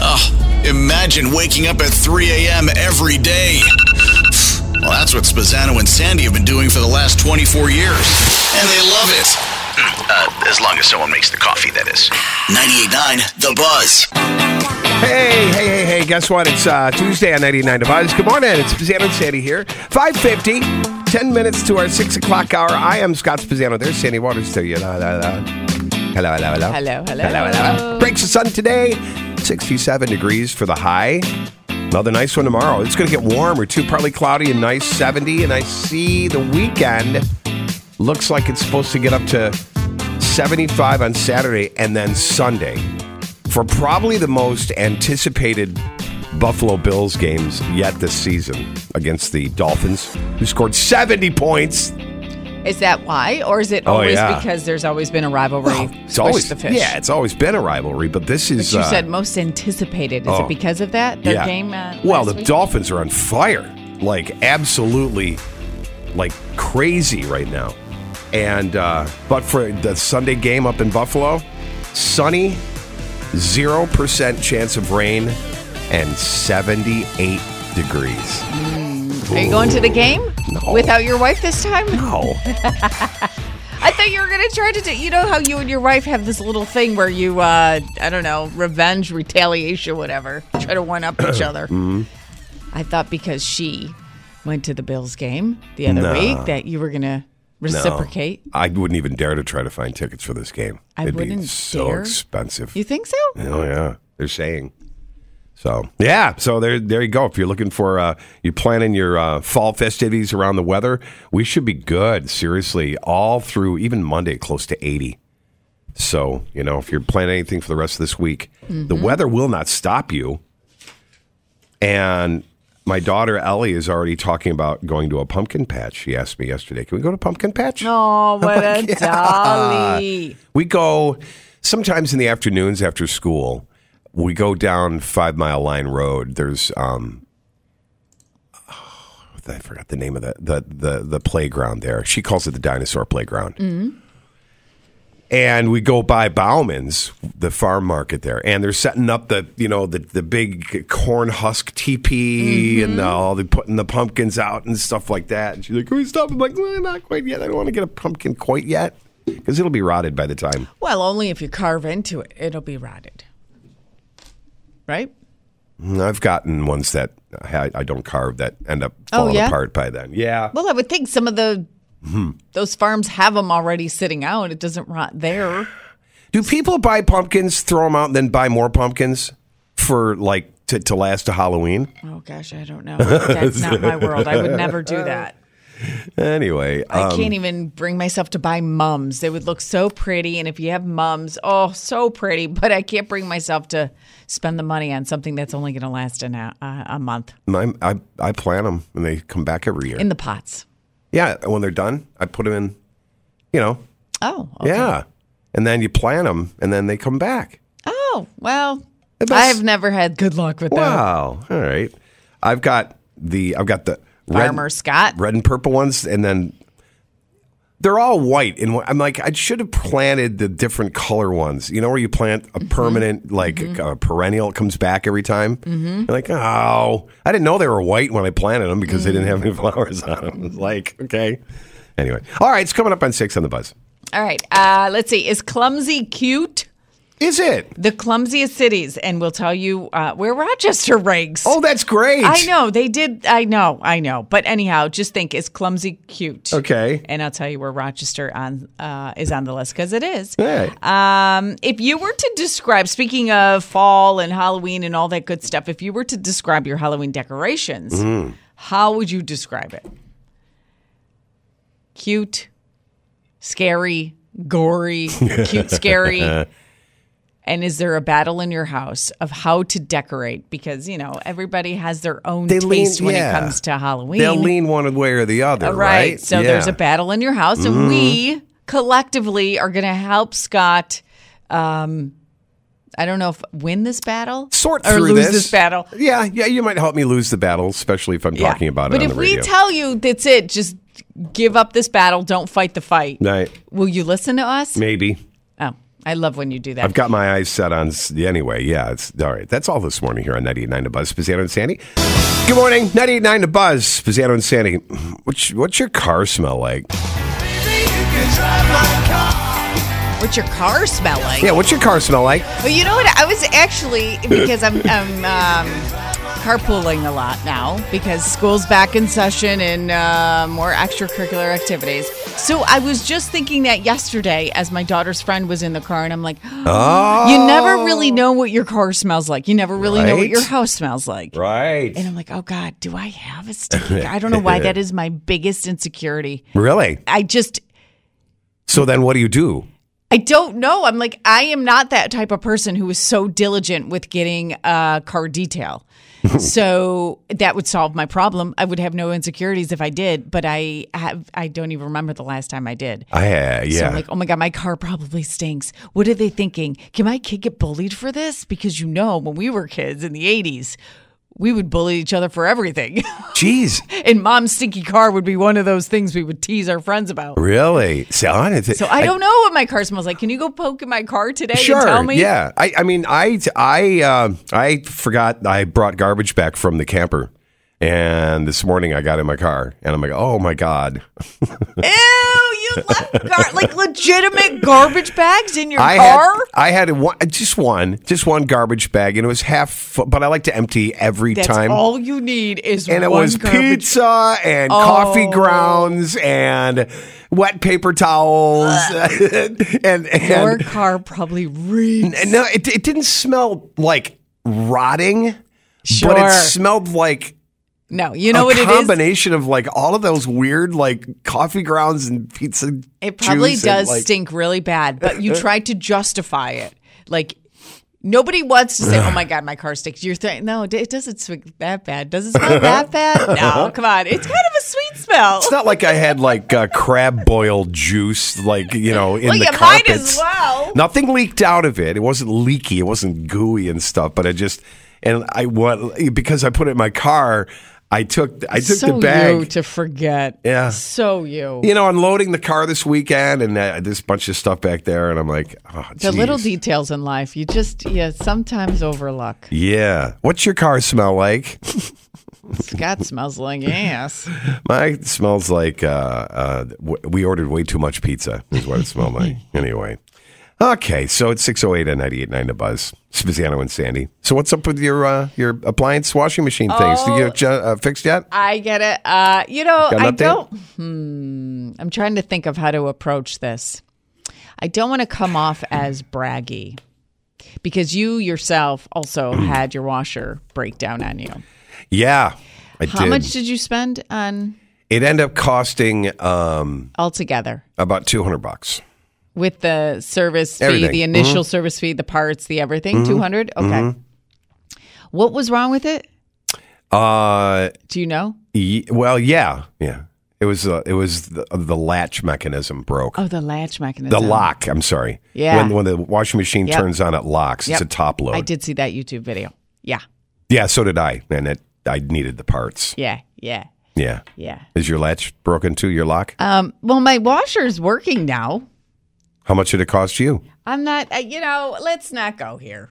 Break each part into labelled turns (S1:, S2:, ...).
S1: Oh, imagine waking up at 3 a.m. every day. Well, that's what Spazzano and Sandy have been doing for the last 24 years. And they love it. Uh, as long as someone makes the coffee, that is. 98.9 The Buzz.
S2: Hey, hey, hey, hey, guess what? It's uh, Tuesday on 99 Divides. Good morning. It's Pizzano and Sandy here. 550, 10 minutes to our 6 o'clock hour. I am Scott Pizzano. There's Sandy Waters to you. La, la, la. Hello, hello, hello.
S3: Hello, hello. Hello, hello.
S2: Breaks the sun today. 67 degrees for the high. Another nice one tomorrow. It's going to get warmer, too. Partly cloudy and nice 70. And I see the weekend looks like it's supposed to get up to 75 on Saturday and then Sunday for probably the most anticipated Buffalo Bills games yet this season against the Dolphins, who scored 70 points.
S3: Is that why? Or is it
S2: Oh,
S3: always
S2: yeah.
S3: because there's always been a rivalry?
S2: Well, it's
S3: Squish
S2: always
S3: the fish.
S2: yeah, it's always been a rivalry, but this
S3: But
S2: is
S3: you
S2: uh,
S3: said most anticipated. Is
S2: oh.
S3: it because of that? Their
S2: yeah.
S3: game? Uh,
S2: well,
S3: last
S2: the
S3: week?
S2: Dolphins are on fire, like absolutely, like crazy right now. And uh, but for the Sunday game up in Buffalo, sunny, zero percent chance of rain, and seventy-eight degrees.
S3: Are you going to the game?
S2: No.
S3: Without your wife this time?
S2: No.
S3: I thought you were going to try to do. You know how you and your wife have this little thing where you, uh, I don't know, revenge, retaliation, whatever. Try to one up each other. I thought because she went to the Bills game the other
S2: No.
S3: week that you were going to reciprocate.
S2: No, I wouldn't even dare to try to find tickets for this game.
S3: I
S2: It'd
S3: wouldn't
S2: be so
S3: dare.
S2: expensive.
S3: You think so?
S2: Oh yeah, they're saying. So yeah, so there there you go. If you're looking for uh, you're planning your uh, fall festivities around the weather, we should be good. Seriously, all through even Monday, close to eighty. So you know, if you're planning anything for the rest of this week, the weather will not stop you. And my daughter Ellie is already talking about going to a pumpkin patch. She asked me yesterday, "Can we go to pumpkin patch?"
S3: Oh, what a dolly.
S2: We go sometimes in the afternoons after school. We go down Five Mile Line Road. There's um, oh, I forgot the name of the the the, the playground there. She calls it the dinosaur playground.
S3: Mm-hmm.
S2: And we go by Bauman's, the farm market there, and they're setting up the you know the the big corn husk teepee and
S3: Mm-hmm.
S2: the, all the putting the pumpkins out and stuff like that. And she's like, "Can we stop?" I'm like, "Well, "Not quite yet. I don't want to get a pumpkin quite yet because it'll be rotted by the time."
S3: Well, only if you carve into it, it'll be rotted. Right?
S2: Mm, I've gotten ones that I, I don't carve that end up
S3: Oh,
S2: falling
S3: yeah?
S2: apart by then. Yeah.
S3: Well, I would think some of the
S2: Hmm.
S3: those farms have them already sitting out. It doesn't rot there.
S2: Do people buy pumpkins, throw them out, and then buy more pumpkins for like to, to last to Halloween?
S3: Oh gosh, I don't know. That's not my world. I would never do that.
S2: Anyway,
S3: I
S2: Uh, um,
S3: can't even bring myself to buy mums. They would look so pretty, and if you have mums, oh, so pretty. But I can't bring myself to spend the money on something that's only going to last an, uh, a month
S2: my, I I plant them and they come back every year.
S3: in the pots.
S2: yeah, and when they're done, I put them in. You know,
S3: Oh, okay.
S2: yeah, and then you plant them, and then they come back.
S3: Oh, well,
S2: But that's-
S3: I've never had good luck with that.
S2: Wow. All right. I've got the I've got the
S3: Farmer Scott.
S2: red and purple ones, and then they're all white. And wh- I'm like, I should have planted the different color ones. You know, where you plant
S3: Mm-hmm.
S2: a permanent, like a perennial, it comes back every time.
S3: Mm-hmm.
S2: You're like, oh, I didn't know they were white when I planted them because they didn't have
S3: Mm-hmm.
S2: any flowers on them. It's like, okay. Anyway, all right, it's coming up on six on the buzz.
S3: All right. Uh, let's see. Is clumsy cute?
S2: Is it?
S3: The clumsiest cities, and we'll tell you uh, where Rochester ranks.
S2: Oh, that's great.
S3: I know. They did. I know. I know. But anyhow, just think is clumsy cute?
S2: Okay.
S3: And I'll tell you where Rochester on uh, is on the list because it is.
S2: All right.
S3: Um, if you were to describe, speaking of fall and Halloween and all that good stuff, if you were to describe your Halloween decorations,
S2: Mm.
S3: how would you describe it? Cute, scary, gory, cute, scary. And is there a battle in your house of how to decorate? Because you know everybody has their own
S2: They lean-
S3: taste when
S2: yeah.
S3: it comes to Halloween.
S2: They'll lean one way or the other,
S3: Uh,
S2: right?
S3: So
S2: Yeah.
S3: there's a battle in your house, and
S2: Mhm.
S3: we collectively are going to help Scott. Um, I don't know if win this battle,
S2: sort
S3: or
S2: through
S3: lose
S2: this.
S3: this, battle.
S2: Yeah, yeah, you might help me lose the battle, especially if I'm
S3: Yeah.
S2: talking about it
S3: But
S2: on
S3: if
S2: the radio.
S3: we tell you that's it, just give up this battle. Don't fight the fight.
S2: right,
S3: Will you listen to us?
S2: maybe.
S3: Oh, I love when you do that.
S2: I've got my eyes set on. s- Anyway, yeah, it's all right. That's all this morning here on 98.9 The Buzz, Spaziano and Sandy. Good morning, 98.9 The Buzz, Spaziano and Sandy. What's, what's your car smell like?
S3: What's your car smell like?
S2: Yeah, what's your car smell like?
S3: Well, you know what? I was actually because I'm, I'm um, carpooling a lot now because school's back in session and uh, more extracurricular activities. So I was just thinking that yesterday as my daughter's friend was in the car, and I'm like,
S2: Oh.
S3: you never really know what your car smells like. You never really know what
S2: Right.
S3: your house smells like.
S2: Right.
S3: And I'm like, oh God, do I have a sticky car? I don't know why that is my biggest insecurity.
S2: Really?
S3: I just
S2: So then what do you do?
S3: I don't know. I'm like, I am not that type of person who is so diligent with getting uh, car detail. so that would solve my problem. I would have no insecurities if I did, but I have I don't even remember the last time I did.
S2: I, uh,
S3: So
S2: yeah.
S3: I'm like, oh my God, my car probably stinks. What are they thinking? Can my kid get bullied for this? Because you know, when we were kids in the 80s, we would bully each other for everything.
S2: Jeez.
S3: and mom's stinky car would be one of those things we would tease our friends about.
S2: Really? So, honestly,
S3: So I don't know what my car smells like. Can you go poke in my car today
S2: Sure.
S3: and tell me?
S2: Yeah. I, I mean, I I uh, I forgot I brought garbage back from the camper, and this morning I got in my car, and I'm like, oh my god.
S3: Gar- like legitimate garbage bags in your
S2: I
S3: car?
S2: had I had one, just one, just one garbage bag, and it was half. Full, but I like to empty every
S3: That's
S2: time.
S3: all you need is
S2: and it
S3: one
S2: was
S3: garbage.
S2: pizza and
S3: Oh.
S2: coffee grounds and wet paper towels and
S3: Your
S2: and
S3: car probably reeks.
S2: And no, it, it didn't smell like rotting, but
S3: Sure.
S2: it smelled like
S3: No, you know
S2: a
S3: what it is?
S2: combination of like all of those weird like coffee grounds and pizza.
S3: It probably
S2: juice and,
S3: does
S2: like-
S3: stink really bad, but you try to justify it. Like nobody wants to say, "Oh my god, my car stinks." You're saying, "No, it doesn't stink that bad. Does it smell that bad?" No, come on. It's kind of a sweet smell.
S2: It's not like I had like uh, crab boil juice, like you know, in
S3: Well,
S2: the
S3: you might
S2: carpets.
S3: as well.
S2: Nothing leaked out of it. It wasn't leaky. It wasn't gooey and stuff. But I just and I what because I put it in my car. I took I took
S3: so
S2: the bag.
S3: you to forget.
S2: Yeah.
S3: So you.
S2: You know, unloading the car this weekend, and uh, there's a bunch of stuff back there, and I'm like, oh,
S3: the
S2: geez.
S3: little details in life, you just yeah sometimes overlook.
S2: Yeah. What's your car smell like?
S3: Scott smells like ass.
S2: Mine smells like uh, uh, w- we ordered way too much pizza, is what it smelled like. Anyway. Okay, so it's 608 and 989 to Buzz, Spaziano and Sandy. So what's up with your uh, your appliance washing machine things? Do you
S3: Oh.
S2: have ju- uh, fixed yet?
S3: I get it. Uh, you know,
S2: Got an
S3: I
S2: update?
S3: don't. Hmm, I'm trying to think of how to approach this. I don't want to come off as braggy because you yourself also had your washer break down on you.
S2: Yeah, I
S3: how
S2: did.
S3: much did you spend on
S2: it ended up costing um,
S3: altogether
S2: about 200 bucks.
S3: with the service fee,
S2: Everything.
S3: the initial
S2: Mhm.
S3: service fee, the parts, the everything?
S2: Mhm.
S3: 200? Okay.
S2: Mhm.
S3: What was wrong with it?
S2: Uh,
S3: Do you know?
S2: y- well, yeah, yeah. It was uh, it was the, the latch mechanism broke.
S3: Oh, the latch mechanism.
S2: The lock. I'm sorry.
S3: Yeah.
S2: When, when the washing machine
S3: Yep.
S2: turns on, it locks.
S3: Yep.
S2: It's a top load.
S3: I did see that YouTube video. Yeah.
S2: Yeah, so did I, and it, I needed the parts.
S3: Yeah. Yeah.
S2: Yeah.
S3: Yeah.
S2: Is your latch broken too? Your lock?
S3: Um, well, my washer's working now.
S2: How much did it cost you?
S3: I'm not, uh, you know, let's not go here.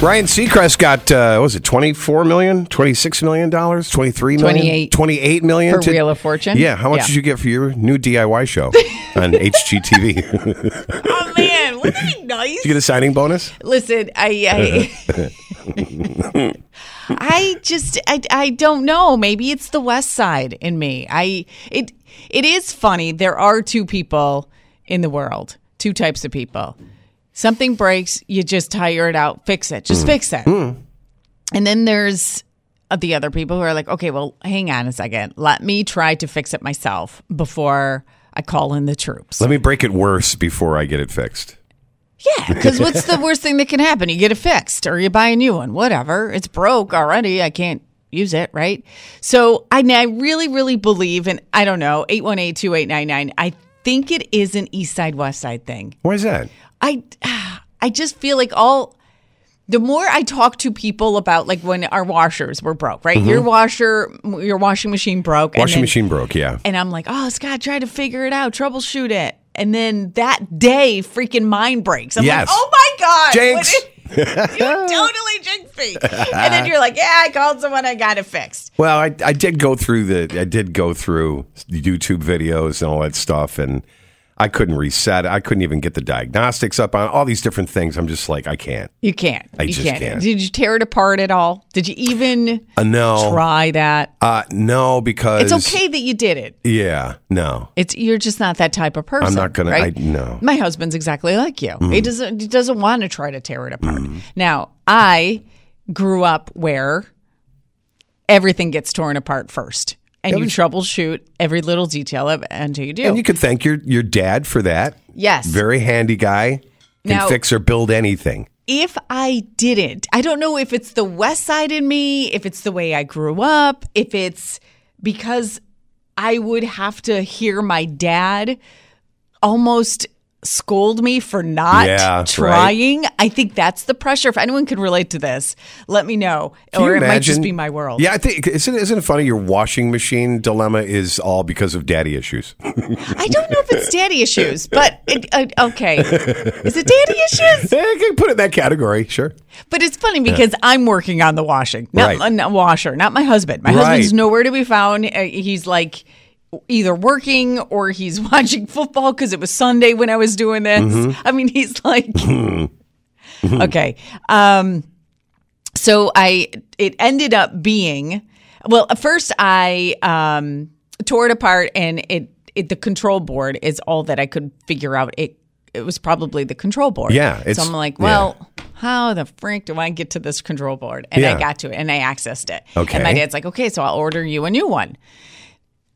S2: Ryan Seacrest got uh, what was it 24 million, 26 million dollars, 23 million,
S3: 28
S2: 28 million
S3: for Wheel of Fortune?
S2: Yeah, how much
S3: Yeah.
S2: did you get for your new DIY show on HGTV?
S3: Oh man, wouldn't it be nice?
S2: did you get a signing bonus?
S3: Listen, I I, I just I, I don't know. Maybe it's the West Side in me. I it it is funny. There are two people in the world, two types of people. Something breaks, you just tire it out, fix it, just fix it. And then there's uh, the other people who are like, okay, well, hang on a second. Let me try to fix it myself before I call in the troops.
S2: Let me break it worse before I get it fixed.
S3: Yeah, because what's the worst thing that can happen? You get it fixed or you buy a new one, whatever. It's broke already. I can't use it, right? So I, I really, really believe in, I don't know, 818 2899. I think it is an East Side, West Side thing.
S2: Why is that?
S3: I, I just feel like all. The more I talk to people about like when our washers were broke, right?
S2: Mhm.
S3: Your washer, your washing machine broke. and
S2: Washing
S3: then-
S2: machine broke, yeah.
S3: and I'm like, oh, Scott, try to figure it out, troubleshoot it. And then that day, freaking mind breaks. I'm
S2: Yes.
S3: like, oh my God.
S2: Jinx.
S3: what is- you totally jinxed me. And then you're like, yeah, I called someone, I got it fixed.
S2: Well, I, I did go through the I did go through YouTube videos and all that stuff, and I couldn't reset. it. I couldn't even get the diagnostics up on all these different things. I'm just like I can't.
S3: You can't.
S2: I
S3: you
S2: just can't.
S3: Did you tear it apart at all? Did you even
S2: Uh, no,
S3: try that?
S2: Uh, no, because
S3: It's okay that you did it.
S2: Yeah, no,
S3: It's you're just not that type of person.
S2: I'm not gonna.
S3: Right?
S2: I, no,
S3: My husband's exactly like you. He
S2: Mhm.
S3: doesn't he doesn't want to try to tear it apart.
S2: Mm.
S3: Now, I grew up where everything gets torn apart first. And
S2: That
S3: you
S2: was-
S3: troubleshoot every little detail of until you do.
S2: and you could thank your your dad for that.
S3: Yes.
S2: very handy guy. Can
S3: Now-
S2: fix or build anything.
S3: if I didn't, I don't know if it's the West Side in me, if it's the way I grew up, if it's because I would have to hear my dad almost scold me for not
S2: Yeah, right.
S3: trying. I think that's the pressure. If anyone could relate to this, let me know.
S2: Can you
S3: or it might just
S2: imagine-
S3: be my world.
S2: Yeah, I think isn't isn't it funny? Your washing machine dilemma is all because of daddy issues.
S3: I don't know if it's daddy issues, but it, uh, okay. Is it daddy issues?
S2: I can put it in that category, sure.
S3: But it's funny because I'm working on the washing, not
S2: Right.
S3: a washer, not my husband. My
S2: Right.
S3: husband's nowhere to be found. Uh, He's like either working or he's watching football because it was Sunday when I was doing this.
S2: Mm-hmm.
S4: Mhm.
S3: I mean, he's like, Mm-hmm.
S4: okay.
S3: okay. Um, so I it ended up being well. At first, I um, tore it apart, and it, it the control board is all that I could figure out. It it was probably the control board.
S2: Yeah,
S3: so
S2: it's-
S3: I'm like,
S2: yeah.
S3: well, how the frick do I get to this control board? And
S2: Yeah.
S3: I got to it, and I accessed it. And my
S2: Okay.
S3: dad's like, okay, so I'll order you a new one.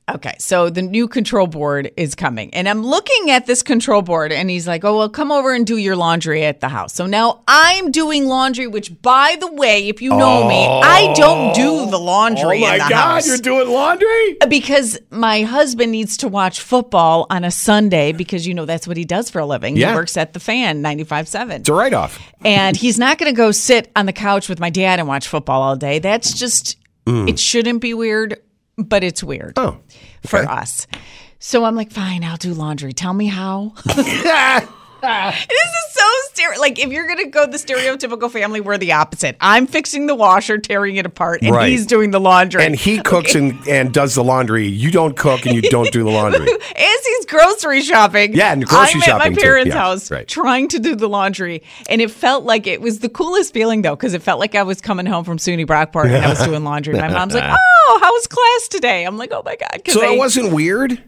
S3: Okay, so the new control board is coming, and I'm looking at this control board, and he's like, "Oh well, come over and do your laundry at the house." So now I'm doing laundry, which, by the way, if you know me, I don't do the laundry.
S2: Oh my
S3: in the
S2: God,
S3: house.
S2: you're doing laundry
S3: because my husband needs to watch football on a Sunday because you know that's what he does for a living.
S2: Yeah.
S3: He works at the Fan ninety five seven
S2: It's a write off.
S3: and he's not going to go sit on the couch with my dad and watch football all day. That's just
S2: Mm.
S3: it shouldn't be weird, but it's weird.
S2: Oh.
S3: For us. So I'm like, fine, I'll do laundry. Tell me how. this is so stereo. Like, if you're going to go the stereotypical family, we're the opposite. I'm fixing the washer, tearing it apart, and
S2: Right.
S3: he's doing the laundry.
S2: And he cooks and, and does the laundry. You don't cook and you don't do the laundry.
S3: As he's grocery shopping.
S2: Yeah, and grocery
S3: I'm at
S2: shopping,
S3: my
S2: too.
S3: parents'
S2: Yeah,
S3: house
S2: right.
S3: trying to do the laundry. And it felt like it was the coolest feeling, though, because it felt like I was coming home from SUNY Brockport and I was doing laundry. My mom's like, oh, how was class today? I'm like, oh my God. 'cause
S2: So
S3: I-
S2: it wasn't weird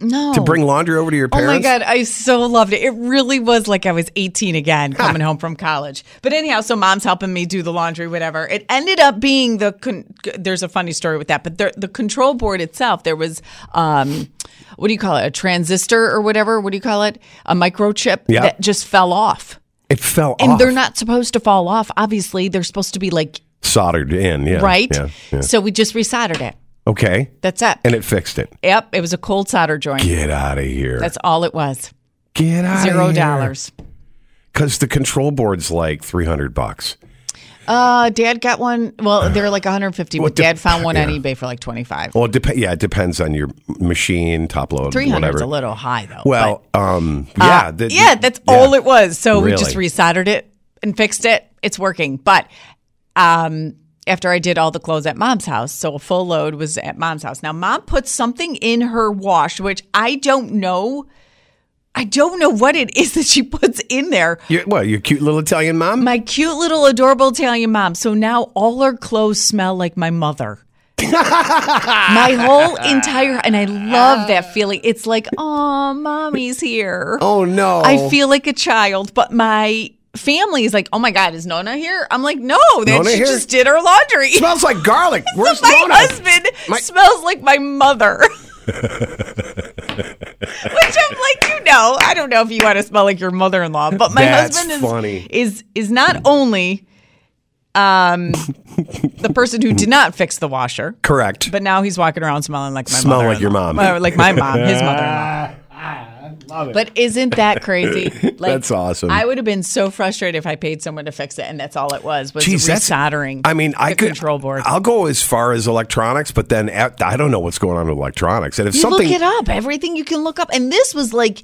S3: no.
S2: to bring laundry over to your
S3: Oh
S2: parents.
S3: my God, I so loved it. It really was like I was 18 again coming home from college. But anyhow, so mom's helping me do the laundry, whatever. It ended up being the, con- there's a funny story with that, but the, the control board itself, there was, um, what do you call it? A transistor or whatever? What do you call it? A microchip
S2: Yeah.
S3: that just fell off.
S2: It fell
S3: And
S2: off,
S3: they're not supposed to fall off. Obviously, they're supposed to be like,
S2: soldered in. Yeah,
S3: right?
S2: yeah, yeah.
S3: So we just resoldered it.
S2: okay,
S3: That's it.
S2: and it fixed it.
S3: Yep, it was a cold solder joint.
S2: Get out of here.
S3: That's all it was.
S2: Get out.
S3: Zero dollars.
S2: Because the control board's like three hundred bucks.
S3: Uh, dad got one. Well, they were like 150,
S2: What
S3: but
S2: the-
S3: dad found one on
S2: yeah.
S3: eBay for like 25.
S2: Well, it dep- yeah, it depends on your machine, top load,
S3: 300
S2: whatever.
S3: is a little high though.
S2: Well, um, yeah,
S3: Uh,
S2: the-
S3: yeah, that's all it was. So we
S2: Really?
S3: just resoldered it and fixed it. It's working. But um, after I did all the clothes at mom's house, so a full load was at mom's house. Now, mom put something in her wash, which I don't know. I don't know what it is that she puts in there.
S2: Your, what, your cute little Italian mom?
S3: My cute little adorable Italian mom. So now all her clothes smell like my mother. my whole entire and I love that feeling. It's like, oh, mommy's here.
S2: Oh no.
S3: I feel like a child, but my family is like, oh my god, is Nona here? I'm like, no, that
S2: Nona
S3: she
S2: here?
S3: just did her laundry.
S2: Smells like garlic. Where's
S3: my
S2: Nona?
S3: husband
S2: My-
S3: smells like my mother. Which I'm like, you know, I don't know if you want to smell like your mother-in-law, but my
S2: That's
S3: husband is
S2: funny.
S3: is is not only um the person who did not fix the washer,
S2: Correct.
S3: but now he's walking around smelling like my
S2: Smell like your
S3: mother-in-law.
S2: mom.
S3: Well, like my mom, his mother-in-law.
S2: love it.
S3: But isn't that crazy? Like,
S2: That's awesome.
S3: I would have been so frustrated if I paid someone to fix it, and that's all it was was
S2: Jeez, that's-
S3: resoldering.
S2: I mean, I
S3: the
S2: could
S3: control board.
S2: I'll go as far as electronics, but then at, I don't know what's going on with electronics. And if
S3: you
S2: something
S3: look it up, everything you can look up, and this was like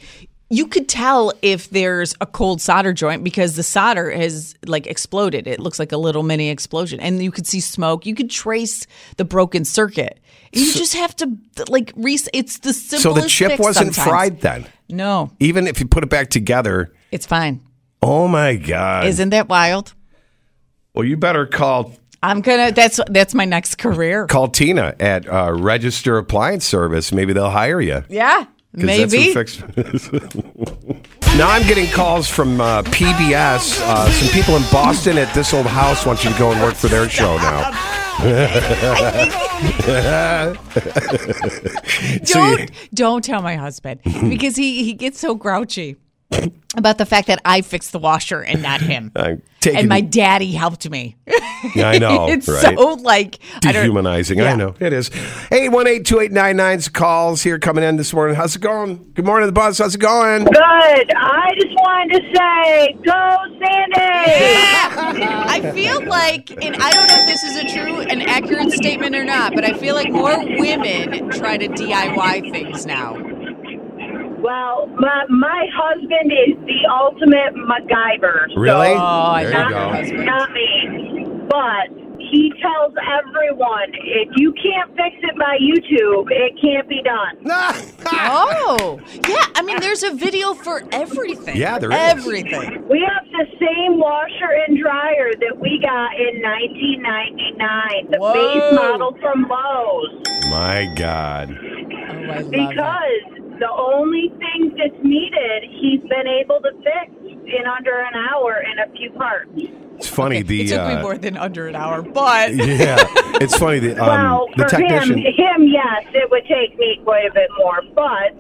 S3: you could tell if there's a cold solder joint because the solder has like exploded. It looks like a little mini explosion, and you could see smoke. You could trace the broken circuit. You just have to like re. It's the simplest.
S2: so the chip
S3: fix
S2: wasn't
S3: sometimes.
S2: fried then.
S3: No,
S2: Even if you put it back together,
S3: it's fine.
S2: oh my god.
S3: Isn't that wild?
S2: well, you better call
S3: I'm gonna. That's that's my next career.
S2: call Tina at uh, Register Appliance Service. Maybe they'll hire you.
S3: Yeah,
S2: 'Cause that's
S3: maybe.
S2: who fixed- now I'm getting calls from uh, PBS. Uh, some people in Boston at this old house want you to go and work for their show now. So
S3: don't
S2: you-
S3: don't tell my husband because he he gets so grouchy about the fact that I fixed the washer and not him.
S2: I'm taking,
S3: and my daddy helped me.
S2: I know,
S3: it's
S2: right?
S3: so like I don't-
S2: dehumanizing. I,
S3: Yeah.
S2: know it is. Eight one eight two eight nine nine's calls here coming in this morning. How's it going? Good morning, the boss. How's it going?
S5: Good. I just wanted to say, go Sandy!
S3: Yeah. I feel like, and I don't know if this is a true and accurate statement or not, but I feel like more women try to DIY things now.
S5: Well, my my husband is the ultimate MacGyver. so-
S2: Really? Oh,
S3: I
S2: There you
S5: not,
S2: go.
S5: not me, but he tells everyone if you can't fix it by YouTube, it can't be done.
S3: Oh, yeah. I mean, there's a video for everything.
S2: Yeah, there is.
S3: everything.
S5: We have the same washer and dryer that we got in 1999, the
S3: Whoa.
S5: base model from Lowe's.
S2: My
S3: Oh,
S2: God,
S3: I love it.
S5: Because the only thing that's needed, he's been able to fix in under an hour in a few parts.
S2: it's funny. the
S3: it took
S2: uh,
S3: me more than under an hour, but
S2: yeah, it's funny. The um,
S5: well,
S2: the
S5: for
S2: technician.
S5: him, him, yes, it would take me quite a bit more. But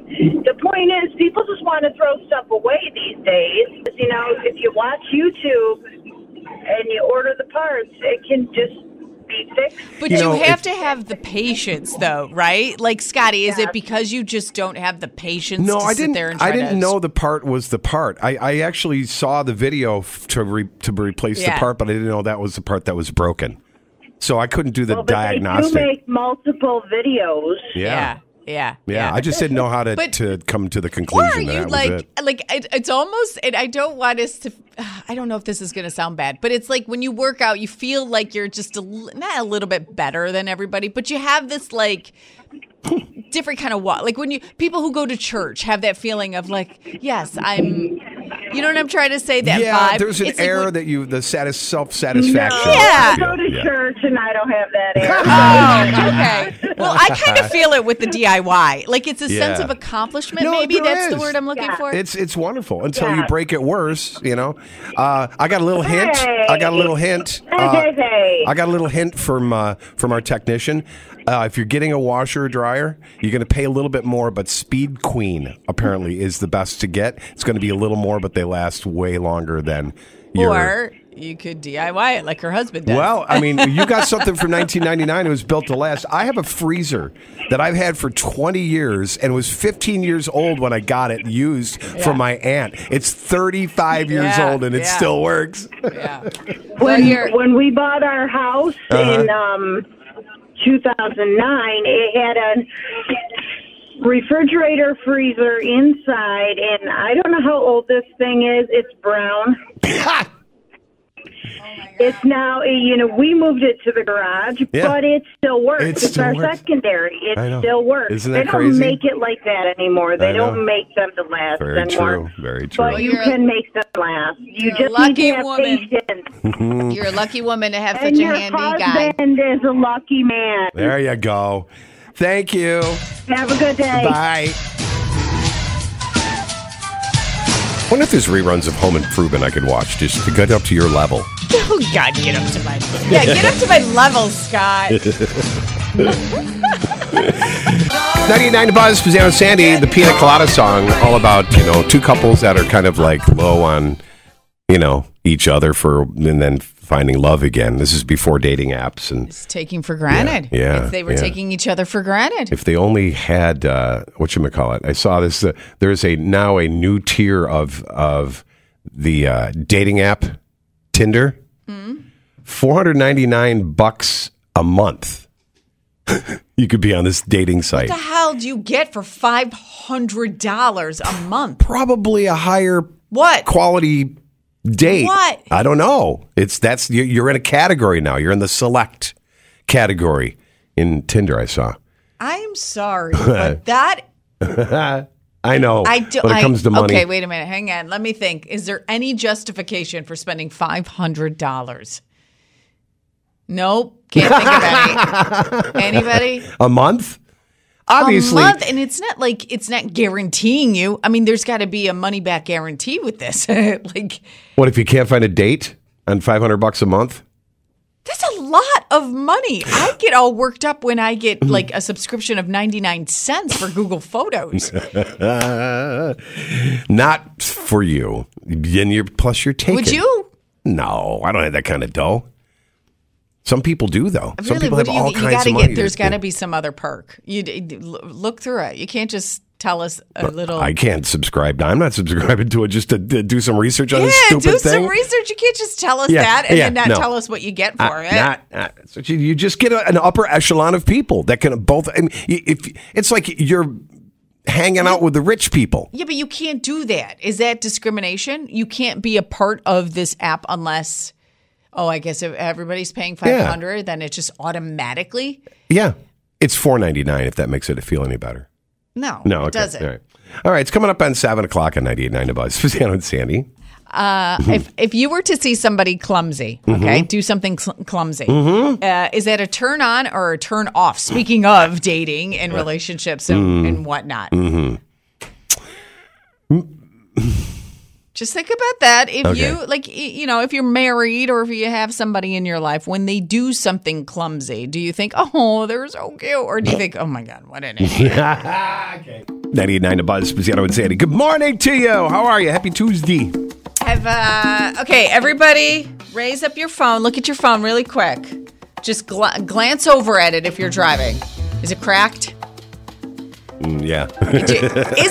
S5: the point is, people just want to throw stuff away these days. You know, if you watch YouTube and you order the parts, it can just be fixed.
S3: but
S2: You
S3: you,
S2: know,
S3: have
S2: it-
S3: to have the patience, though, right? Like Scotty, is it because you just don't have the patience?
S2: No,
S3: to
S2: I
S3: sit
S2: didn't.
S3: There and try
S2: I didn't
S3: to-
S2: know the part was the part. I, I actually saw the video f- to re, to replace the
S3: Yeah.
S2: part, but I didn't know that was the part that was broken. So I couldn't do the
S5: Well, but
S2: diagnostic.
S5: They do make multiple videos.
S2: yeah.
S3: Yeah, yeah,
S2: yeah, I just didn't know how to
S3: But-
S2: to come to the
S3: Or
S2: conclusion
S3: are
S2: that
S3: you
S2: that was
S3: like,
S2: it.
S3: like it, it's almost, and I don't want us to. I don't know if this is going to sound bad, but it's like when you work out, you feel like you're just a, li- not a little bit better than everybody, but you have this like different kind of what, like when you people who go to church have that feeling of like, yes, I'm. You know what I'm trying to say? That
S2: yeah,
S3: vibe.
S2: there's an
S3: It's like
S2: error
S3: when-
S2: that you the satis- self satisfaction.
S5: No,
S3: Yeah.
S5: I go to church and I don't have that air.
S3: Oh, okay. Well, I kind of feel it with the DIY. Like it's a sense
S2: Yeah.
S3: of accomplishment.
S2: No,
S3: maybe
S2: there
S3: that's the
S2: is.
S3: word I'm looking
S5: Yeah.
S3: for.
S2: It's it's wonderful until you
S5: Yeah.
S2: break it worse. You know, uh, I got a little hint. I got a little hint. uh,
S5: Hey, hey, hey.
S2: I got a little hint from uh, from our technician. Uh, if you're getting a washer or dryer, you're going to pay a little bit more, but Speed Queen apparently is the best to get. It's going to be a little more, but they last way longer than your.
S3: or you could DIY it like her husband does.
S2: Well, I mean, you got something from 1999. It was built to last. I have a freezer that I've had for 20 years and was 15 years old when I got it used from my aunt. It's 35 years
S3: Yeah,
S2: old and it
S3: yeah.
S2: still works.
S3: yeah.
S5: when,
S3: you're-
S5: when we bought our house
S2: Uh-huh.
S5: in um, 2009, it had a refrigerator freezer inside, and I don't know how old this thing is. It's brown. It's now, you know, we moved it to the garage,
S2: Yeah.
S5: but it still works.
S2: It
S5: It's,
S2: still
S5: our
S2: works.
S5: secondary.
S2: I
S5: It
S2: know.
S5: still works.
S2: Isn't
S5: they
S2: that
S5: don't
S2: crazy?
S5: make it like that anymore. They
S2: I know.
S5: don't make them to last
S2: Very
S5: anymore.
S2: true. Very true.
S5: But you can make them last. You
S3: You're a
S5: just
S3: lucky
S5: need to have
S3: woman.
S5: patience.
S2: Mm-hmm.
S3: You're a lucky woman to have
S5: and
S3: such a
S5: your
S3: handy guy.
S5: husband is a lucky man.
S2: There you go. Thank you.
S5: Have a good day.
S2: Bye. Wonder if there's reruns of Home Improvement I could watch just to get up to your level.
S3: Oh God, get up to my yeah, get up to my level, Scott.
S2: 99 to Buzz, Pizzano Sandy, the Pina Colada song, all about, you know, two couples that are kind of like low on, you know, each other for, and then finding love again. This is before dating apps. And
S3: Taking for granted.
S2: yeah,
S3: It's- they were
S2: yeah.
S3: taking each other for granted.
S2: if they only had, uh, whatchamacallit, I saw this, uh, there's a now a new tier of, of the uh, dating app, Tinder. 499 bucks a month. you could be on this dating site.
S3: What the hell do you get for five hundred dollars a month?
S2: Probably a higher
S3: What?
S2: quality date.
S3: What?
S2: I don't know. It's that's you- you're in a category now. You're in the select category in Tinder. I saw.
S3: I'm sorry, but that
S2: I know.
S3: I do.
S2: when Oh, it
S3: I-
S2: comes to money,
S3: Okay, wait a minute. Hang on. Let me think. Is there any justification for spending five hundred dollars? Nope. Can't think of any. Anybody?
S2: a month. Obviously,
S3: A month, and it's not like it's not guaranteeing you. I mean, there's got to be a money back guarantee with this. like
S2: what if you can't find a date on five hundred bucks a month?
S3: that's a lot of money. I get all worked up when I get
S2: Mm-hmm.
S3: like a subscription of ninety nine cents for Google Photos.
S2: Not for you. And you're plus you're taking.
S3: Would you?
S2: No, I don't have that kind of dough. Some people do though. Some
S3: Really,
S2: people
S3: what
S2: have
S3: do you,
S2: all
S3: you
S2: kinds
S3: gotta
S2: of
S3: get?
S2: money.
S3: There's
S2: They-
S3: got to be some other perk. You d- d- l- look through it. You can't just tell us a little.
S2: I can't subscribe. to- I'm not subscribing to it just to, to do some research on
S3: yeah,
S2: this
S3: do
S2: stupid thing.
S3: some research. You can't just tell us
S2: Yeah,
S3: that and
S2: yeah,
S3: then not
S2: no.
S3: tell us what you get for
S2: Uh,
S3: it.
S2: Not, uh, so you, you just get a, an upper echelon of people that can both. I mean, y- if it's like you're hanging out with the rich people.
S3: Yeah, but you can't do that. Is that discrimination? You can't be a part of this app unless oh, I guess if everybody's paying
S2: Yeah.
S3: 500, then it just automatically
S2: Yeah, it's four ninety nine. If that makes it feel any better.
S3: No.
S2: No,
S3: Oh, it
S2: okay.
S3: doesn't.
S2: All right. All right, it's coming up on 7 o'clock on 98.9 The Buzz. Suzanne and Sandy.
S3: Uh, if if you were to see somebody clumsy, okay,
S2: Mhm.
S3: do something cl- clumsy,
S2: Mhm.
S3: uh, is that a turn on or a turn off? Speaking of dating and relationships and,
S2: Mm.
S3: and whatnot,
S2: Mm-hmm.
S3: just think about that. If
S2: Okay.
S3: you like, y- you know, if you're married or if you have somebody in your life, when they do something clumsy, do you think, oh, they're so cute, or do you think, oh my god, what an idiot?
S2: 98.9 The Buzz, Suzanne and Sandy. Good morning to you. How are you? Happy Tuesday.
S3: Have uh, okay, everybody, raise up your phone. Look at your phone really quick. Just gl- glance over at it if you're driving. Is it cracked?
S2: Mm, yeah.
S3: Is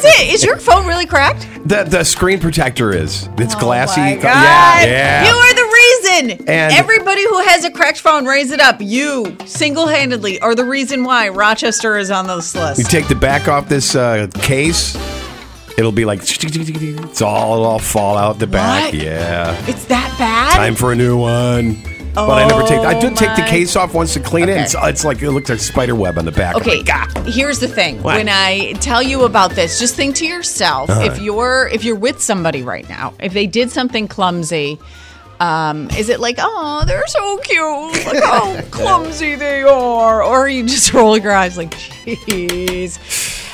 S3: it? Is your phone really cracked?
S2: The, the screen protector is. It's glassy.
S3: Oh My
S2: Yeah,
S3: God,
S2: yeah.
S3: you are the reason.
S2: And-
S3: everybody who has a cracked phone, raise it up. You single-handedly are the reason why Rochester is on this list.
S2: You take the back off this uh, case, it'll be like it's all it'll all fall out the
S3: What?
S2: back. Yeah.
S3: It's that bad.
S2: Time for a new one. but I never take. I did take the
S3: Oh my-
S2: case off once to clean it.
S3: Okay.
S2: And it's, it's like it looks like spider web on the back.
S3: Okay, here's the thing.
S2: What?
S3: When I tell you about this, just think to yourself
S2: Uh-huh.
S3: if you're if you're with somebody right now, if they did something clumsy, um, is it like, oh, they're so cute, like how clumsy they are, or you just roll your eyes like, jeez.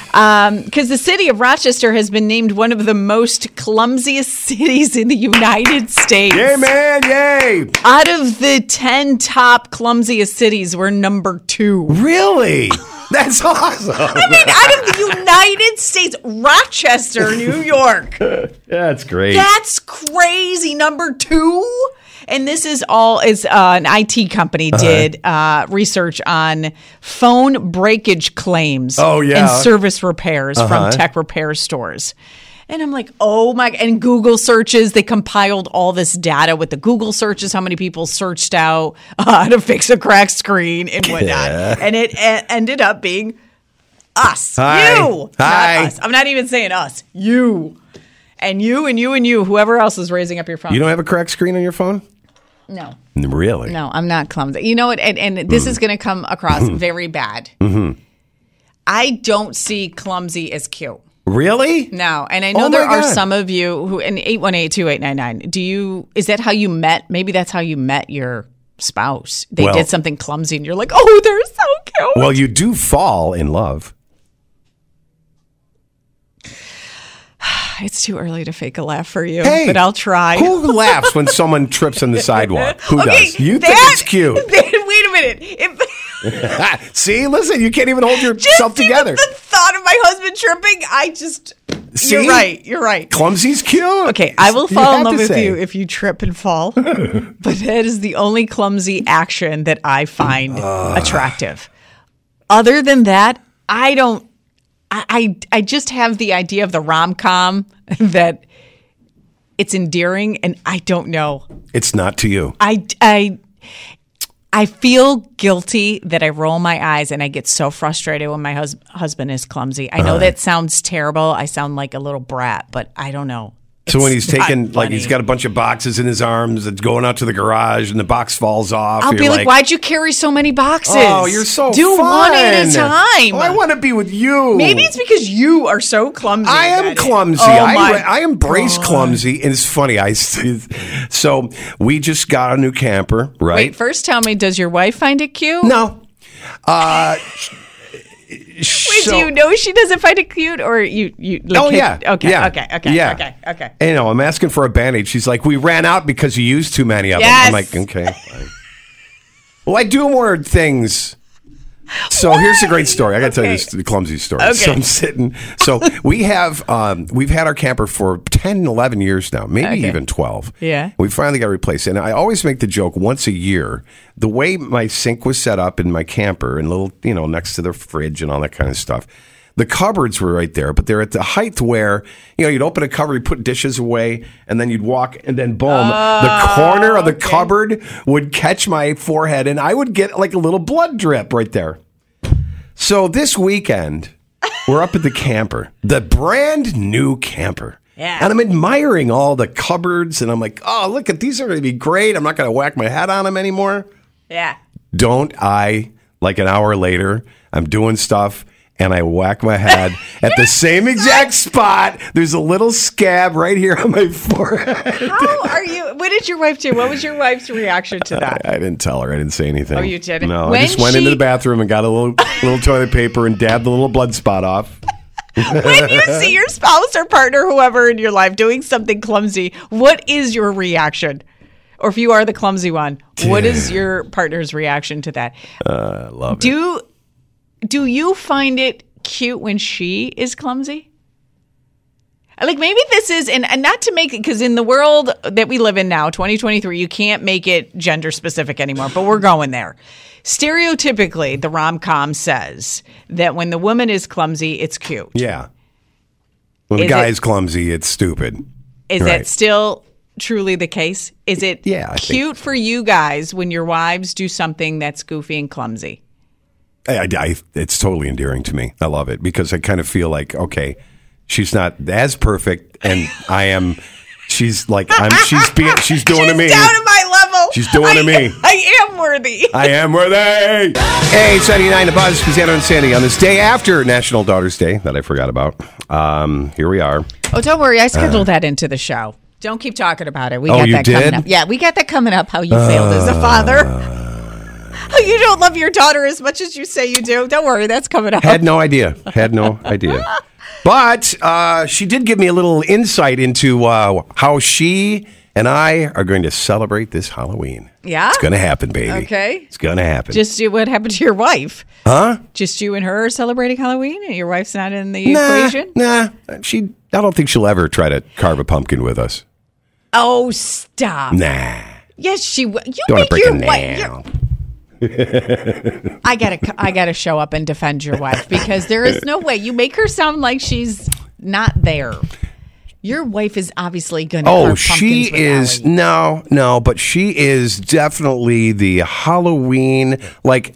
S3: Because the city of Rochester has been named one of the most clumsiest cities in the United States.
S2: Yay, man! Yay!
S3: Out of the 10 top clumsiest cities, we're number two.
S2: Really? That's awesome. I
S3: mean, out of the United States, Rochester, New York.
S2: That's great.
S3: That's crazy. Number two. And this is all is uh, an IT company
S2: Uh-huh.
S3: did uh, research on phone breakage claims.
S2: Oh, yeah.
S3: and service repairs
S2: Uh-huh.
S3: from tech repair stores. And I'm like, oh my! And Google searches. They compiled all this data with the Google searches. How many people searched out uh, how to fix a cracked screen and whatnot?
S2: Yeah.
S3: And it e- ended up being us,
S2: Hi.
S3: you,
S2: Hi.
S3: not us. I'm not even saying us, you, and you, and you, and you. Whoever else is raising up your phone.
S2: You don't have a cracked screen on your phone?
S3: No.
S2: Really?
S3: No, I'm not clumsy. You know what? And, and this
S2: Mm.
S3: is going to come across very bad.
S2: Mm-hmm.
S3: I don't see clumsy as cute.
S2: Really?
S3: No, and I
S2: Oh
S3: know
S2: my
S3: there are
S2: God.
S3: some of you who and 818-2899. Do you is that how you met? Maybe that's how you met your spouse. They
S2: Well-
S3: did something clumsy and you're like, "Oh, they're so cute."
S2: Well, you do fall in love.
S3: It's too early to fake a laugh for you,
S2: Hey,
S3: but I'll try.
S2: Who laughs when someone trips on the sidewalk? Who
S3: Okay,
S2: does? You think
S3: that-
S2: it's cute.
S3: Wait a minute. If
S2: See, listen, you can't even hold yourself together.
S3: the thought of my husband tripping, I just
S2: See?
S3: You're right. You're right.
S2: Clumsy's cute. Okay,
S3: I will fall in love with you if you trip and fall. but that is the only clumsy action that I find attractive. Other than that, I don't. I, I I just have the idea of the rom com that it's endearing, and I don't know.
S2: It's not to you.
S3: I I. I feel guilty that I roll my eyes and I get so frustrated when my hus- husband is clumsy. I know
S2: Uh-huh.
S3: that sounds terrible. I sound like a little brat, but I don't know.
S2: So when he's
S3: not
S2: taking, like, he's
S3: funny.
S2: got a bunch of boxes in his arms that's going out to the garage and the box falls off.
S3: I'll
S2: you're
S3: be like, why'd you carry so many boxes?
S2: Oh, you're so
S3: Do one at a
S2: fun.
S3: time.
S2: Oh, I want to be with you.
S3: Maybe it's because you are so clumsy.
S2: I am
S3: that-
S2: clumsy.
S3: Oh,
S2: I,
S3: my-
S2: re- I embrace clumsy, and it's funny. I so we just got a new camper, right?
S3: Wait, first tell me, does your wife find it cute?
S2: No. Uh, Wait,
S3: do you know she doesn't find it cute or you, you like,
S2: oh
S3: hit-
S2: yeah.
S3: Okay,
S2: yeah,
S3: okay, okay,
S2: yeah.
S3: okay, okay.
S2: And, you know, I'm asking for a bandage. She's like, "We ran out because you used too many of
S3: Yes.
S2: them." I'm like, "Okay." fine." well, I do more things. So here's a great story. I got to tell you this clumsy story.
S6: Okay.
S2: So I'm sitting. So we have um, we've had our camper for 10, 11 years now, maybe
S6: Okay.
S2: even 12.
S6: Yeah.
S2: We finally got replaced. And I always make the joke once a year, the way my sink was set up in my camper and little, you know, next to the fridge and all that kind of stuff. The cupboards were right there, but they're at the height where, you know, you'd open a cupboard, you'd put dishes away, and then you'd walk, and then boom, the corner of the cupboard would catch my forehead, and I would get like a little blood drip right there. So this weekend, we're up at the camper, the brand new camper.
S6: Yeah.
S2: And I'm admiring all the cupboards, and I'm like, oh, look at these are going to be great. I'm not going to whack my hat on them anymore.
S3: Yeah.
S2: Don't I? Like an hour later, I'm doing stuff, and I whack my head at the same exact spot. There's a little scab right here on my forehead.
S3: How are you? What did your wife do? What was your wife's reaction to that?
S2: I, I didn't tell her. I didn't say anything.
S3: Oh, you didn't?
S2: No,
S3: When
S2: I just went into
S3: she-
S2: the bathroom and got a little little toilet paper and dabbed the little blood spot off.
S3: when you see your spouse or partner, whoever in your life, doing something clumsy, what is your reaction? Or if you are the clumsy one, what is your partner's reaction to that?
S2: Uh, love it.
S3: Do do you find it cute when she is clumsy? Like maybe this is and, and not to make it because in the world that we live in now, 2023, you can't make it gender specific anymore, but we're going there. Stereotypically, the rom com says that when the woman is clumsy, it's cute.
S2: Yeah. When the
S3: Is
S2: guy
S3: it-
S2: is clumsy, it's stupid.
S3: Is
S2: Right.
S3: that still truly the case? Is it
S2: Yeah, I think-
S3: cute for you guys when your wives do something that's goofy and clumsy?
S2: I, I- I- it's totally endearing to me. I love it because I kind of feel like okay, she's not as perfect, and I am. She's like I'm. She's being. She's doing to me.
S3: Down to my level.
S2: She's doing to
S3: I-
S2: me.
S3: I am worthy.
S2: I am worthy. Hey, it's 99 The Buzz, Susanna and Sandy on this day after National Daughters Day that I forgot about. Um, here we are.
S3: Oh, don't worry. I
S2: scheduled
S3: scheduled that into the show. Don't keep talking about it. We
S2: Uh. Oh,
S3: got
S2: you
S3: that
S2: did? Uh.
S3: coming up. Yeah, we got that coming up. How you failed as a father. How you don't love your daughter as much as you say you do. Don't worry. That's coming up.
S2: Had no idea. Had no idea. But uh, she did give me a little insight into uh, how she and I are going to celebrate this Halloween.
S3: Yeah?
S2: It's going to happen, baby.
S3: Okay.
S2: It's going to happen.
S3: Just do what happened to your wife.
S2: huh?
S3: Just you and her are celebrating Halloween, and your wife's not in the
S2: Nah,
S3: equation.
S2: Nah. She. I don't think she'll ever try to carve a pumpkin with us.
S3: Oh, stop.
S2: Nah.
S3: Yes, she will. You
S2: Don't wanna
S3: make
S2: break
S3: your
S2: a
S3: wife. your- I gotta, c- I gotta show up and defend your wife because there is no way you make her sound like she's not there. Your wife is obviously gonna.
S2: Oh,
S3: carve pumpkins
S2: she
S3: with
S2: is no, no, but she is definitely the Halloween like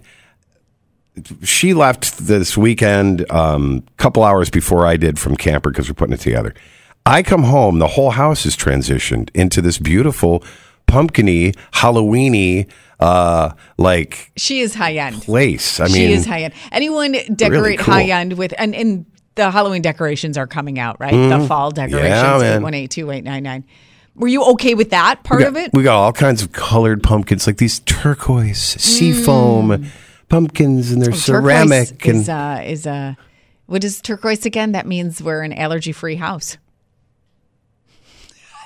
S2: she left this weekend a um, couple hours before I did from camper because we're putting it together. I come home, the whole house is transitioned into this beautiful pumpkiny, Halloweeny, uh, like
S3: She is high end.
S2: place. I mean,
S3: she is high end. Anyone decorate
S2: cool.
S3: high end with and and the Halloween decorations are coming out, right?
S2: Mhm.
S3: The fall
S2: Yeah,
S3: decorations,
S2: man.
S3: eight one eight two eight nine nine. Were you okay with that part
S2: we got,
S3: of it?
S2: We got all kinds of colored pumpkins, like these turquoise, sea
S3: Mm.
S2: foam pumpkins, and they're
S3: Oh, Turquoise
S2: ceramic. And
S3: is uh, is uh, what is turquoise again? That means we're an allergy free house.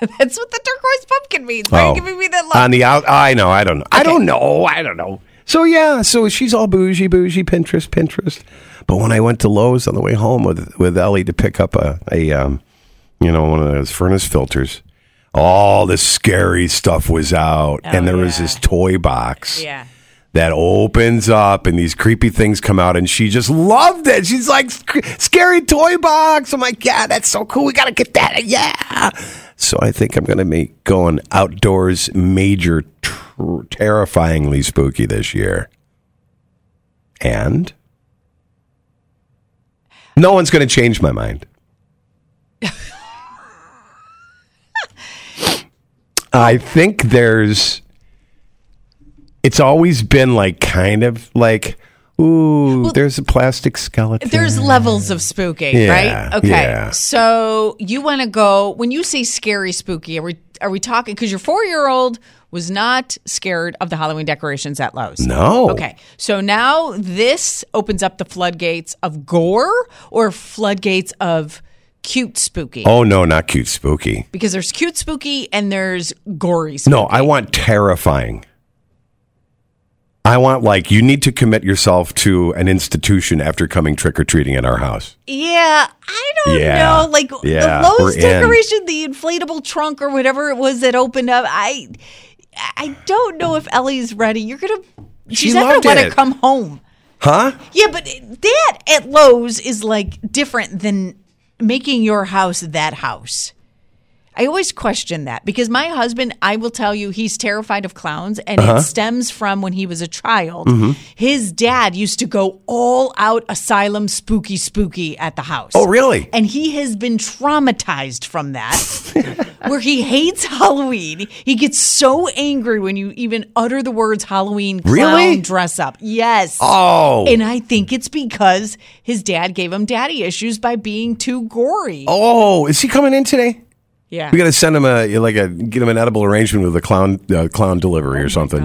S3: That's what the turquoise pumpkin means. Why are
S2: Oh.
S3: you giving me that look?
S2: on the out. oh, I know. I don't know. I don't know. I don't know. So yeah, so she's all bougie, bougie, Pinterest, Pinterest. But when I went to Lowe's on the way home with with Ellie to pick up a a um, you know one of those furnace filters, all the scary stuff was out, and there was this toy box.
S3: Oh, Yeah.
S2: That opens up and these creepy things come out, and she just loved it. She's like, "Sc- "Scary toy box!" I'm like, "Yeah, that's so cool. We gotta get that. Yeah." So I think I'm going to make going outdoors major tr- terrifyingly spooky this year. And no one's going to change my mind. I think there's it's always been like kind of like ooh, there's a plastic skeleton.
S3: There's levels of spooky,
S2: Yeah,
S3: right? Okay.
S2: yeah.
S3: So you want to go when you say scary spooky? Are we are we talking because your four year old was not scared of the Halloween decorations at Lowe's?
S2: No.
S3: Okay. So now this opens up the floodgates of gore or floodgates of cute spooky.
S2: Oh no, not cute spooky.
S3: Because there's cute spooky and there's gory. Spooky.
S2: No, I want terrifying. I want like you need to commit yourself to an institution after coming trick or treating at our house.
S3: Yeah, I don't
S2: Yeah.
S3: know. Like
S2: Yeah,
S3: the
S2: we're
S3: Lowe's
S2: in.
S3: decoration, the inflatable trunk or whatever it was that opened up. I I don't know if Ellie's ready. You're gonna she's
S2: She
S3: not
S2: loved
S3: gonna want
S2: it.
S3: to come home.
S2: Huh?
S3: Yeah, but that at Lowe's is like different than making your house that house. I always question that because my husband, I will tell you, he's terrified of clowns, and
S6: Uh-huh.
S3: it stems from when he was a child.
S2: Mm-hmm.
S6: Mhm.
S3: His dad used to go all out asylum spooky spooky at the house.
S2: Oh, really?
S3: And he has been traumatized from that, where he hates Halloween. He gets so angry when you even utter the words Halloween clown
S2: Really?
S3: dress up. Yes.
S2: Oh.
S3: And I think it's because his dad gave him daddy issues by being too gory.
S2: Oh, is he coming in today?
S3: Yeah.
S2: We got to send him a like a get him an edible arrangement with a clown uh, clown delivery or something.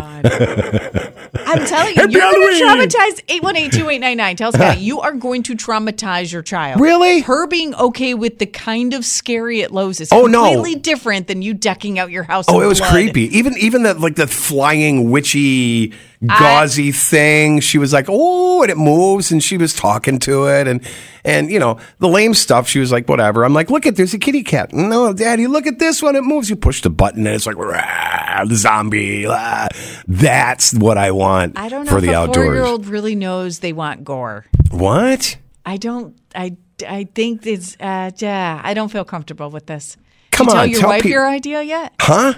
S3: I'm telling you,
S2: Happy
S3: you're going to
S2: Halloween!
S3: traumatize 818-2899. Tell Scott, you are going to traumatize your child.
S2: Really?
S3: Her being okay with the kind of scary at Lowe's is
S2: Oh, no.
S3: completely different than you decking out your house.
S2: Oh,
S3: in
S2: it was
S3: blood.
S2: creepy. Even even that like the flying witchy
S3: I-
S2: gauzy thing. She was like, "Oh," and it moves, and she was talking to it, and and you know the lame stuff. She was like, "Whatever." I'm like, "Look at there's a kitty cat." No, Daddy, look at this one. It moves. You push the button, and it's like rah, the zombie. rah. That's what I want.
S3: I don't know
S2: for
S3: if
S2: the
S3: a
S2: outdoors.
S3: four-year-old really knows they want gore.
S2: What?
S3: I don't. I. I think it's. Uh, yeah. I don't feel comfortable with this.
S2: Come
S3: Did you
S2: on,
S3: Tell your
S2: tell
S3: wife
S2: peo-
S3: your idea yet?
S2: Huh?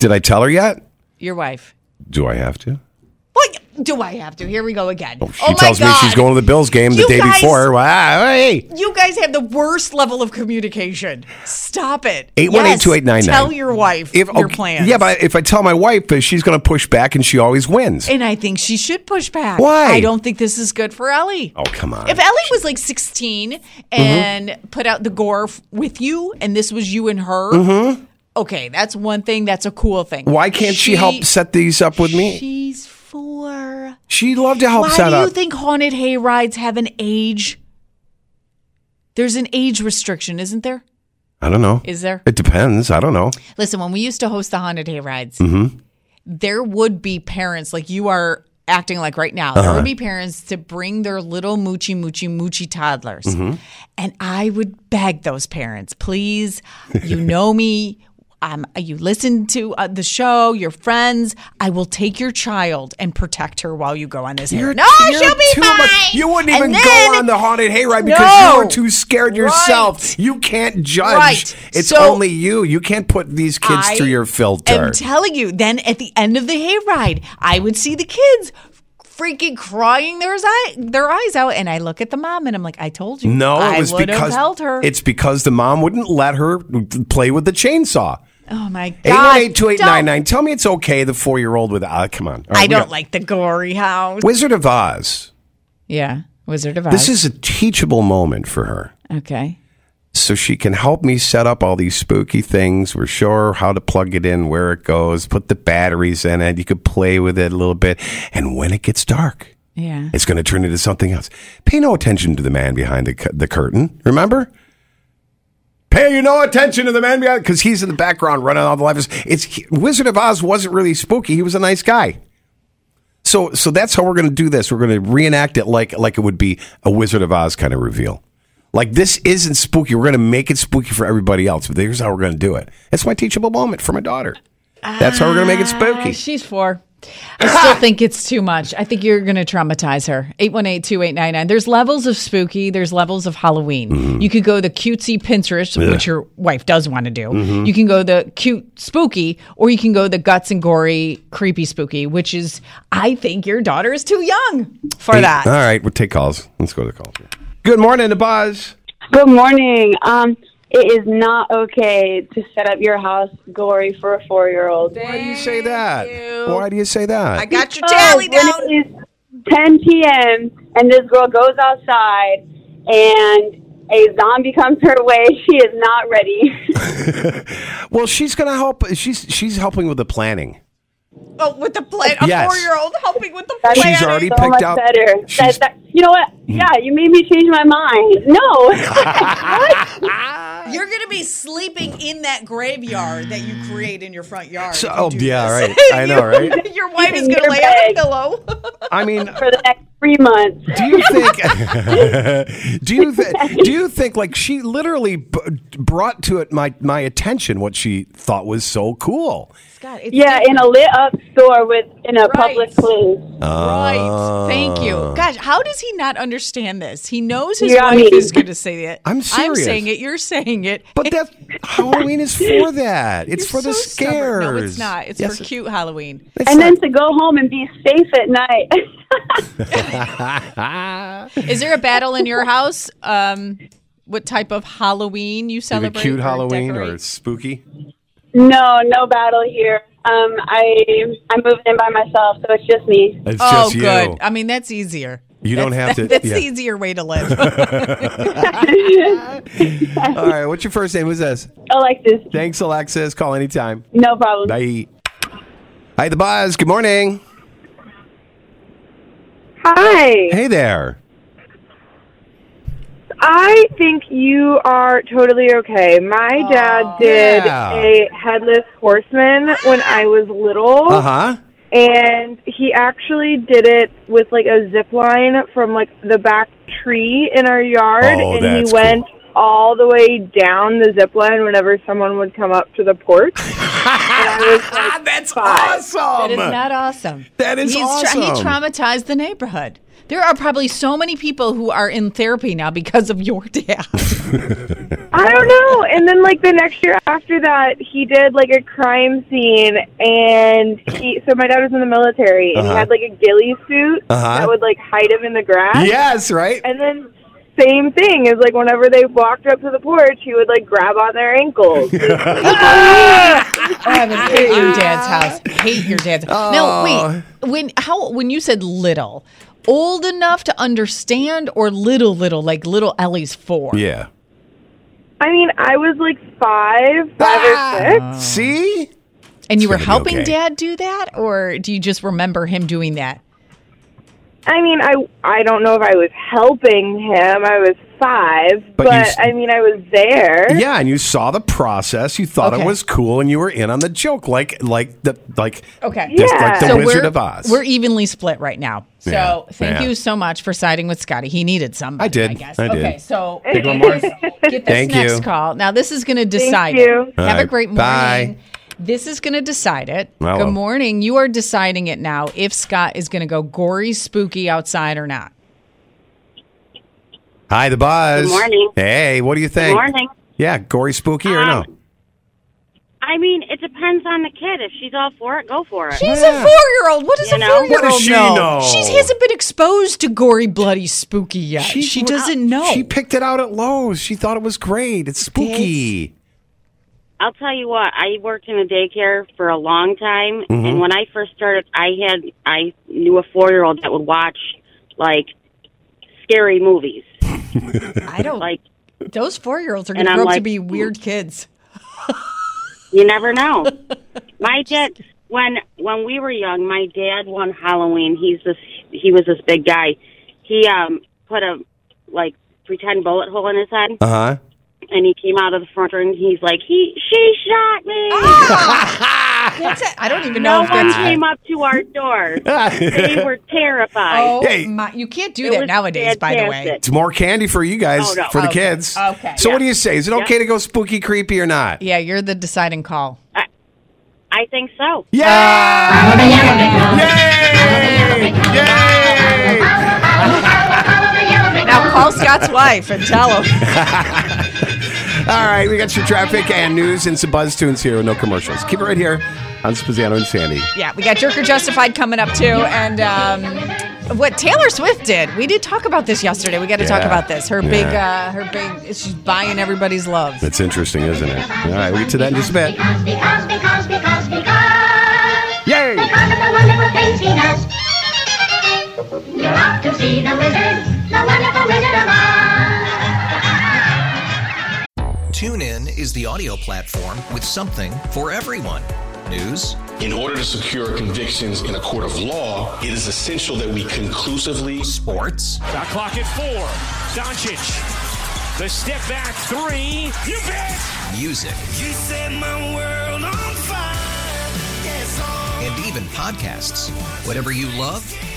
S2: Did I tell her yet?
S3: Your wife.
S2: Do I have to?
S3: What do I have to? Here we go again. Oh,
S2: She tells me she's going to the Bills game the
S3: You
S2: day
S3: guys-
S2: before. Wow, hey.
S3: You guys have the worst level of communication. Stop it.
S2: Eight one eight
S3: Yes,
S2: two eight nine nine.
S3: Tell your wife your
S2: okay,
S3: plans.
S2: Yeah, but if I tell my wife, uh, she's going to push back, and she always wins.
S3: and I think she should push back.
S2: Why?
S3: I don't think this is good for Ellie.
S2: Oh come on! Mm-hmm.
S3: If Ellie was like 16 and put out the gore f- with you, and this was you and her,
S2: Mhm.
S3: okay, that's one thing. That's a cool thing.
S2: Why can't she, help set these up with me?
S3: She's four.
S2: She loved to help
S3: Why
S2: set
S3: do you
S2: up.
S3: think haunted hay rides have an age? There's an age restriction, isn't there?
S2: I don't know.
S3: Is there?
S2: It depends. I don't know.
S3: Listen, when we used to host the haunted hay rides,
S2: Mm-hmm.
S3: there would be parents like you are acting like right now. There
S6: Uh-huh.
S3: would be parents to bring their little moochie moochie moochie toddlers.
S2: Mm-hmm.
S6: Mhm.
S3: And I would beg those parents, please, you know me. Um, you listen to uh, the show, your friends. I will take your child and protect her while you go on this. hair-
S2: You're-
S3: no,
S2: you're
S3: she'll be
S2: too
S3: fine.
S2: much- You wouldn't
S3: And
S2: even
S3: then-
S2: go on the haunted hayride because
S3: No.
S2: you were too scared yourself. You can't judge.
S3: Right.
S2: It's
S3: So-
S2: only you. You can't put these kids
S3: I
S2: through your filter.
S3: I'm telling you, then at the end of the hayride, I would see the kids freaking crying their, eye, their eyes out, and I look at the mom and I'm like, I told you.
S2: no,
S3: I
S2: it was
S3: would have
S2: because
S3: held her.
S2: it's because the mom wouldn't let her play with the chainsaw.
S3: Oh my god.
S2: 818-2899. Tell me it's okay the four year old with uh, come on. All
S3: Don't- I
S2: right, we
S3: don't
S2: got-
S3: like the gory house.
S2: Wizard of Oz.
S3: Yeah, Wizard of Oz.
S2: This is a teachable moment for her.
S3: okay.
S2: So she can help me set up all these spooky things. We're sure how to plug it in, where it goes, put the batteries in it. You could play with it a little bit. And when it gets dark,
S3: Yeah.
S2: it's going to turn into something else. Pay no attention to the man behind the, cu- the curtain. Remember? Pay you no attention to the man behind because he's in the background running all the lights. It's he- Wizard of Oz wasn't really spooky. He was a nice guy. So so that's how we're going to do this. We're going to reenact it like like it would be a Wizard of Oz kind of reveal. Like this isn't spooky. We're going to make it spooky for everybody else. But here's how we're going to do it. That's my teachable moment for my daughter. That's how we're going to make it
S3: Uh,
S2: spooky.
S3: she's four. I still think it's too much. I think you're going to traumatize her. 818-2899. There's levels of spooky. There's levels of Halloween.
S2: Mm-hmm.
S3: You could go the cutesy Pinterest,
S6: Yeah.
S3: which your wife does want to do.
S2: Mm-hmm.
S6: Mhm.
S3: You can go the cute spooky, or you can go the guts and gory creepy spooky, which is I think your daughter is too young for
S2: Hey,
S3: that.
S2: All right, we'll take calls. Let's go to the calls. Good morning, the Buzz.
S7: Good morning. Um, it is not okay to set up your house gory for a four-year-old. Why
S2: do you say that? Why do you say that?
S3: got
S7: your tally down. It is 10 p.m. and this girl goes outside and a zombie comes her way. She is not ready.
S2: Well, she's going to help. She's she's helping with the planning.
S3: Oh, with the plan,
S2: a Yes.
S3: four-year-old helping with the
S7: That's
S2: She's planning. already
S7: so
S2: picked
S7: much
S2: out- Mm.
S7: Better. That- that- you know what? Yeah, you made me change my mind. No.
S2: uh,
S3: You're going to be sleeping in that graveyard that you create in your front yard.
S2: So, oh, yeah, right. I know, right?
S3: your wife is
S7: In
S3: going to
S7: your
S3: lay on a
S7: bed.
S3: pillow.
S2: I mean,
S7: for the next three months.
S2: Do you think? do you th- do you think like she literally b- brought to it my my attention what she thought was so cool?
S7: yeah, in a lit up store with in a public place.
S2: Right.
S3: Thank you.
S2: Uh,
S3: Gosh, how does he not understand this? He knows his
S7: You got
S3: wife
S7: me.
S3: is going to say it.
S2: I'm
S3: I'm
S2: serious.
S3: saying it. You're saying it.
S2: But that's Halloween is for that. It's for the scares.
S3: No, it's not. It's
S2: Yes,
S3: for cute Halloween.
S7: and then to go home and be safe at night.
S3: Is there a battle in your house? Um, what type of Halloween you
S2: Either
S3: celebrate?
S2: cute
S3: or
S2: Halloween
S3: decorate?
S2: or spooky.
S7: no, no battle here. Um, I I'm moving in by myself, so it's just me.
S2: It's
S3: oh,
S2: just you.
S3: good. I mean, that's easier.
S2: You don't
S3: That's-
S2: have to-
S3: That's
S2: yeah.
S3: the easier way to live.
S2: All right. What's your first name? Who's this?
S7: Alexis.
S2: Thanks, Alexis. Call anytime.
S7: No problem.
S2: Bye. Hi, the Buzz. Good morning.
S8: Hi.
S2: Hey there.
S8: I think you are totally okay. My dad did
S2: Yeah.
S8: a headless horseman when I was little.
S2: Uh huh.
S8: And he actually did it with like a zip line from like the back tree in our yard.
S2: Oh,
S8: and
S2: that's
S8: he went all the way down the zip line whenever someone would come up to the porch.
S2: That's
S3: That
S2: awesome.
S3: is not awesome.
S2: That is
S3: He's
S2: awesome.
S3: he traumatized the neighborhood. There are probably so many people who are in therapy now because of your dad.
S8: I don't know. And then like the next year after that, he did like a crime scene, and he. So my dad was in the military, and
S2: Uh-huh.
S8: he had like a ghillie suit
S2: Uh-huh.
S8: that would like hide him in the grass.
S2: Yes, right.
S8: And then same thing is like whenever they walked up to the porch, he would like grab on their ankles.
S3: I would hate your dad's house. Hate your dad's. Now
S2: Oh.
S3: wait, when how when you said little, old enough to understand or little little like little Ellie's four.
S2: Yeah.
S8: I mean, I was like five, five or six.
S2: See.
S3: Ah. And you were
S8: gonna be
S3: helping
S8: okay.
S3: dad do that, or do you just remember him doing that?
S8: I mean, I I don't know if I was helping him. I was five, but,
S2: But you s-
S8: I mean, I was there.
S2: Yeah, and you saw the process. You thought it
S8: Okay.
S2: was cool, and you were in on the joke, like like the like
S3: Okay.
S2: just like the
S3: So
S2: Wizard
S3: we're-
S2: of Oz.
S3: We're evenly split right now. So
S2: Yeah.
S3: thank
S2: Yeah.
S3: you so much for siding with Scotty. He needed somebody.
S2: I did.
S3: I guess.
S2: I did.
S3: Okay. So
S2: Take one more.
S3: get this
S2: Thank
S3: next
S2: you.
S3: call. Now this is going to decide.
S2: you.
S3: it.
S2: All
S3: Have a
S2: right.
S3: great morning.
S2: Bye.
S3: This is going to decide it.
S2: Hello.
S3: Good morning. You are deciding it now if Scott is going to go gory, spooky outside or not.
S2: Hi, the Buzz.
S9: Good morning.
S2: Hey, what do you think?
S9: Good morning.
S2: Yeah, gory, spooky, or no?
S9: I mean, it depends on the kid. If she's all for it, go for it.
S3: She's a four-year-old. What does
S9: You
S3: a
S9: know? What
S3: four-year-old
S9: does
S2: Oh,
S9: she know?
S3: She hasn't been exposed to gory, bloody, spooky yet. She, uh, doesn't know.
S2: She picked it out at Lowe's. She thought it was great. It's spooky.
S9: I'll tell you what. I worked in a daycare for a long time,
S3: Mm-hmm.
S2: Mhm.
S9: and when I first started, I had I knew a four year old that would watch like scary movies.
S3: I don't
S9: like
S3: those four year olds are going
S9: And
S3: to
S9: I'm
S3: grow up to
S9: like,
S3: be weird kids.
S9: You never know. my dad when when we were young, my dad one Halloween, he's this he was this big guy. He um put a like pretend bullet hole in his head
S2: Uh
S5: Uh-huh.
S2: huh.
S9: and he came out of the front door and he's like, He she shot me
S3: That's it. I don't even know
S9: No
S3: if
S9: one
S3: that's
S9: came up to our door. they were terrified.
S3: Oh my! You can't do that nowadays. By the way,
S2: It's more candy for you guys
S3: Oh, no.
S2: for the
S3: Okay.
S2: kids.
S3: Okay.
S2: So what do you say? Is it
S3: Yeah.
S2: okay to go spooky creepy or not?
S3: yeah, you're the deciding call.
S9: I think so.
S3: Now call Scott's wife and tell him.
S2: All right, we got some traffic and news and some buzz tunes here with no commercials. Keep it right here on Spazzano and Sandy.
S3: Yeah, we got Jerker Justified coming up too, and um, what Taylor Swift did. We did talk about this yesterday. We got to talk
S2: Yeah.
S3: about this. Her big,
S2: Yeah.
S3: uh, her big. She's buying everybody's love.
S2: That's interesting, isn't it? All right, we'll get to that in just a bit.
S4: Because, because, because, because.
S2: Yay!
S4: Because of the wonderful things he does. You're off to see the wizard, the wonderful wizard of Oz.
S10: TuneIn is the audio platform with something for everyone. News,
S11: In order to secure convictions in a court of law, it is essential that we conclusively.
S10: Sports.
S12: Shot clock at four. Doncic. The step back three. You bet.
S10: music,
S4: You set my world on fire. Yes, oh.
S10: and even podcasts. Whatever you love,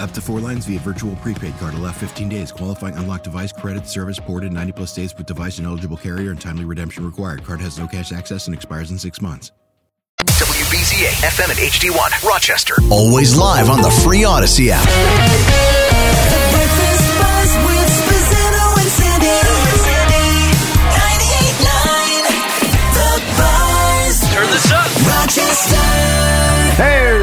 S13: Up to four lines via virtual prepaid card. Allow 15 days. Qualifying unlocked device credit service ported 90 plus days with device and eligible carrier and timely redemption required. Card has no cash access and expires in six months.
S6: WBZA FM and HD1 Rochester.
S1: Always live on the free Odyssey app.
S4: Turn this up. Rochester.
S2: Hey!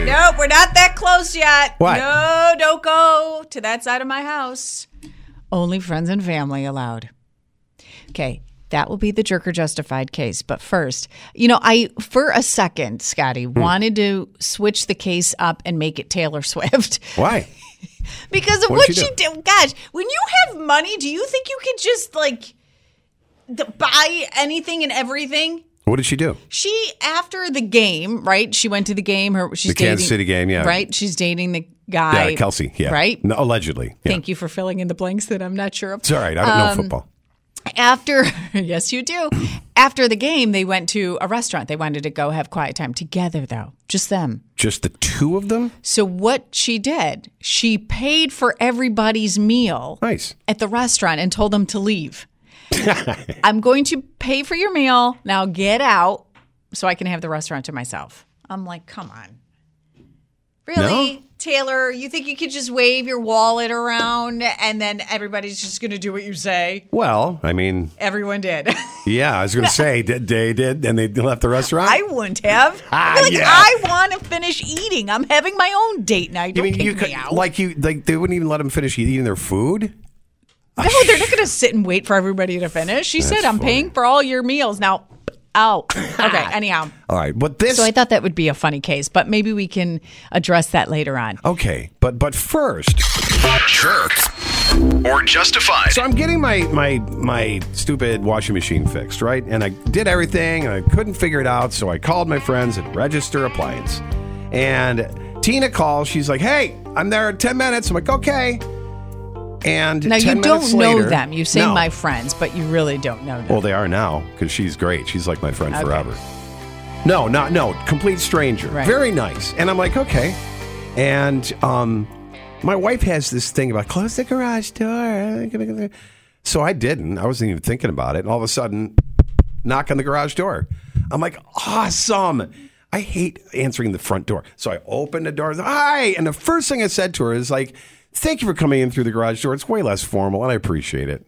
S2: yay.
S3: Nope, we're not that close yet.
S2: What?
S3: No, Oh, don't go to that side of my house. Only friends and family allowed. Okay, that will be the jerker justified case. But first, you know, I, for a second, Scotty,
S2: Hmm.
S3: wanted to switch the case up and make it Taylor Swift
S2: Why?
S3: because of
S2: What'd
S3: what
S2: she
S3: she,
S2: do?
S3: did. Gosh, when you have money, do you think you can just like th- buy anything and everything?
S2: What did she do?
S3: She after the game, right? She went to the game. Her she's
S2: The Kansas
S3: dating-
S2: City game, yeah.
S3: Right, she's dating the guy.
S2: yeah, Kelsey. Yeah.
S3: Right.
S2: No, allegedly. Yeah.
S3: Thank you for filling in the blanks that I'm not sure of.
S2: It's all right. I don't know
S3: Um,
S2: football.
S3: After, yes, you do. After the game, they went to a restaurant. They wanted to go have quiet time together, though, just them.
S2: Just the two of them?
S3: So what she did, she paid for everybody's meal.
S2: Nice.
S3: At the restaurant and told them to leave. I'm going to pay for your meal. Now get out so I can have the restaurant to myself. I'm like, come on. Really? Taylor, you think you could just wave your wallet around and then everybody's just going to do what you say?
S2: Well, I mean,
S3: Everyone did.
S2: yeah, I was going to say did, they did, and they left the restaurant.
S3: I wouldn't have.
S2: Ah,
S3: I'd be like,
S2: yeah.
S3: I want to finish eating. I'm having my own date night. Don't kick me out.
S2: like you, like they wouldn't even let them finish eating their food.
S3: No, they're not going to sit and wait for everybody to finish. She said,
S2: That's
S3: "I'm
S2: funny.
S3: paying for all your meals now." Out. Okay. Anyhow,
S2: All right, but this
S3: so I thought that would be a funny case, but maybe we can address that later on.
S2: okay, but but first,
S6: Jerk. Or justified.
S2: so I'm getting my my my stupid washing machine fixed, right? And I did everything, and I couldn't figure it out, so I called my friends at Register Appliance, and Tina calls. She's like, "Hey, I'm there in ten minutes." I'm like, "Okay." And
S3: Now
S2: 10
S3: you
S2: minutes
S3: don't know
S2: later-
S3: them. You say
S2: No.
S3: my friends, but you really don't know them.
S2: Well, they are now because she's great. She's like my friend
S3: Oh, Okay.
S2: forever. No, not no, complete stranger.
S3: Right.
S2: Very nice. And I'm like, okay. And um, my wife has this thing about close the garage door. So I didn't. I wasn't even thinking about it. And all of a sudden, knock on the garage door. I'm like, awesome. I I hate answering the front door. So I opened the door. Hi. And the first thing I said to her is like, thank you for coming in through the garage door. It's way less formal and I appreciate it.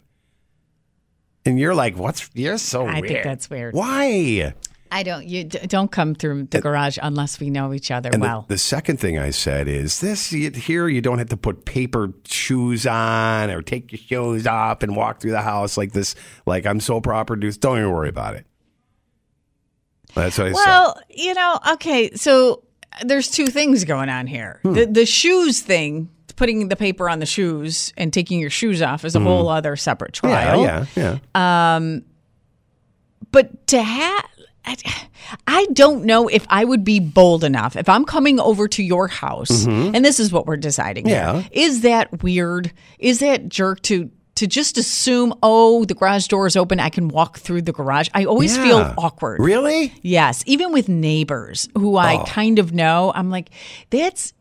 S2: And you're like, what's, you're so
S3: I
S2: weird.
S3: think that's weird.
S2: Why?
S3: I don't. You d- don't come through the garage unless we know each other
S2: Uh, And
S3: well.
S2: the, the second thing I said is this you- here you don't have to put paper shoes on or take your shoes off and walk through the house like this. Like I'm so proper, dude. Don't even worry about it. That's what I said.
S3: well, you know, okay, so there's two things going on here.
S2: Hmm.
S3: The the shoes thing, putting the paper on the shoes and taking your shoes off is a
S2: Mhm.
S3: whole other separate
S2: Yeah,
S3: trial.
S2: yeah, yeah.
S3: Um, but to have, I, I don't know if I would be bold enough if I'm coming over to your house,
S14: Mhm.
S3: and this is what we're deciding. here.
S14: Yeah.
S3: is that weird? Is that jerk to? To just assume, oh, the garage door is open, I can walk through the garage. I always
S14: Yeah.
S3: feel awkward.
S2: Really?
S3: Yes. Even with neighbors who
S14: Oh.
S3: I kind of know, I'm like, that's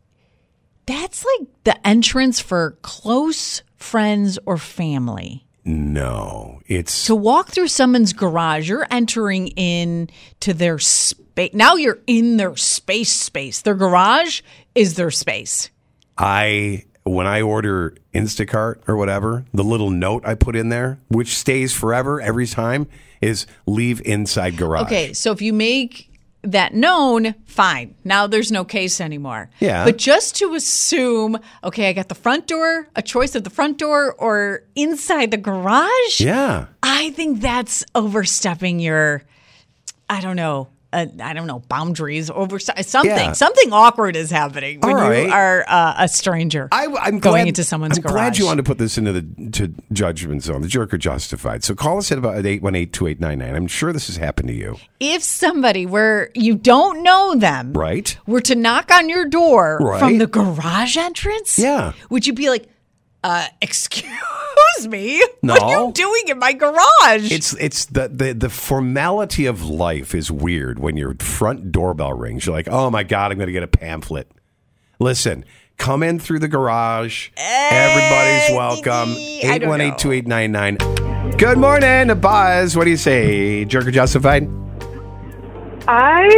S3: that's like the entrance for close friends or family
S2: No, it's
S3: to walk through someone's garage you're entering in to their space now you're in their space space their garage is their space
S2: I when I order Instacart or whatever, the little note I put in there, which stays forever every time, is leave inside garage.
S3: okay so if you make that known fine now there's no case anymore
S2: Yeah.
S3: but just to assume okay i got the front door a choice of the front door or inside the garage
S2: Yeah.
S3: i think that's overstepping your i don't know uh, i don't know boundaries over something
S2: Yeah.
S3: something awkward is happening when
S2: All
S3: you
S2: right.
S3: are uh, a stranger I,
S2: I'm
S3: going
S2: glad-
S3: into someone's
S2: I'm
S3: garage
S2: glad you wanted to put this into the to judgment zone. The jerk are justified. So call us at about 818-2899. I'm sure this has happened to you,
S3: if somebody where you don't know them
S2: right?
S3: were to knock on your door
S2: Right.
S3: from the garage entrance
S2: Yeah.
S3: would you be like uh excuse me what are
S2: No.
S3: you doing in my garage
S2: It's it's the, the the formality of life is weird when your front doorbell rings. You're like, "Oh my god, I'm going to get a pamphlet." Listen, come in through the garage. Everybody's welcome.
S3: I don't know.
S2: 818-2899. Good morning, Abaz. What do you say? Jerk or justified?
S8: I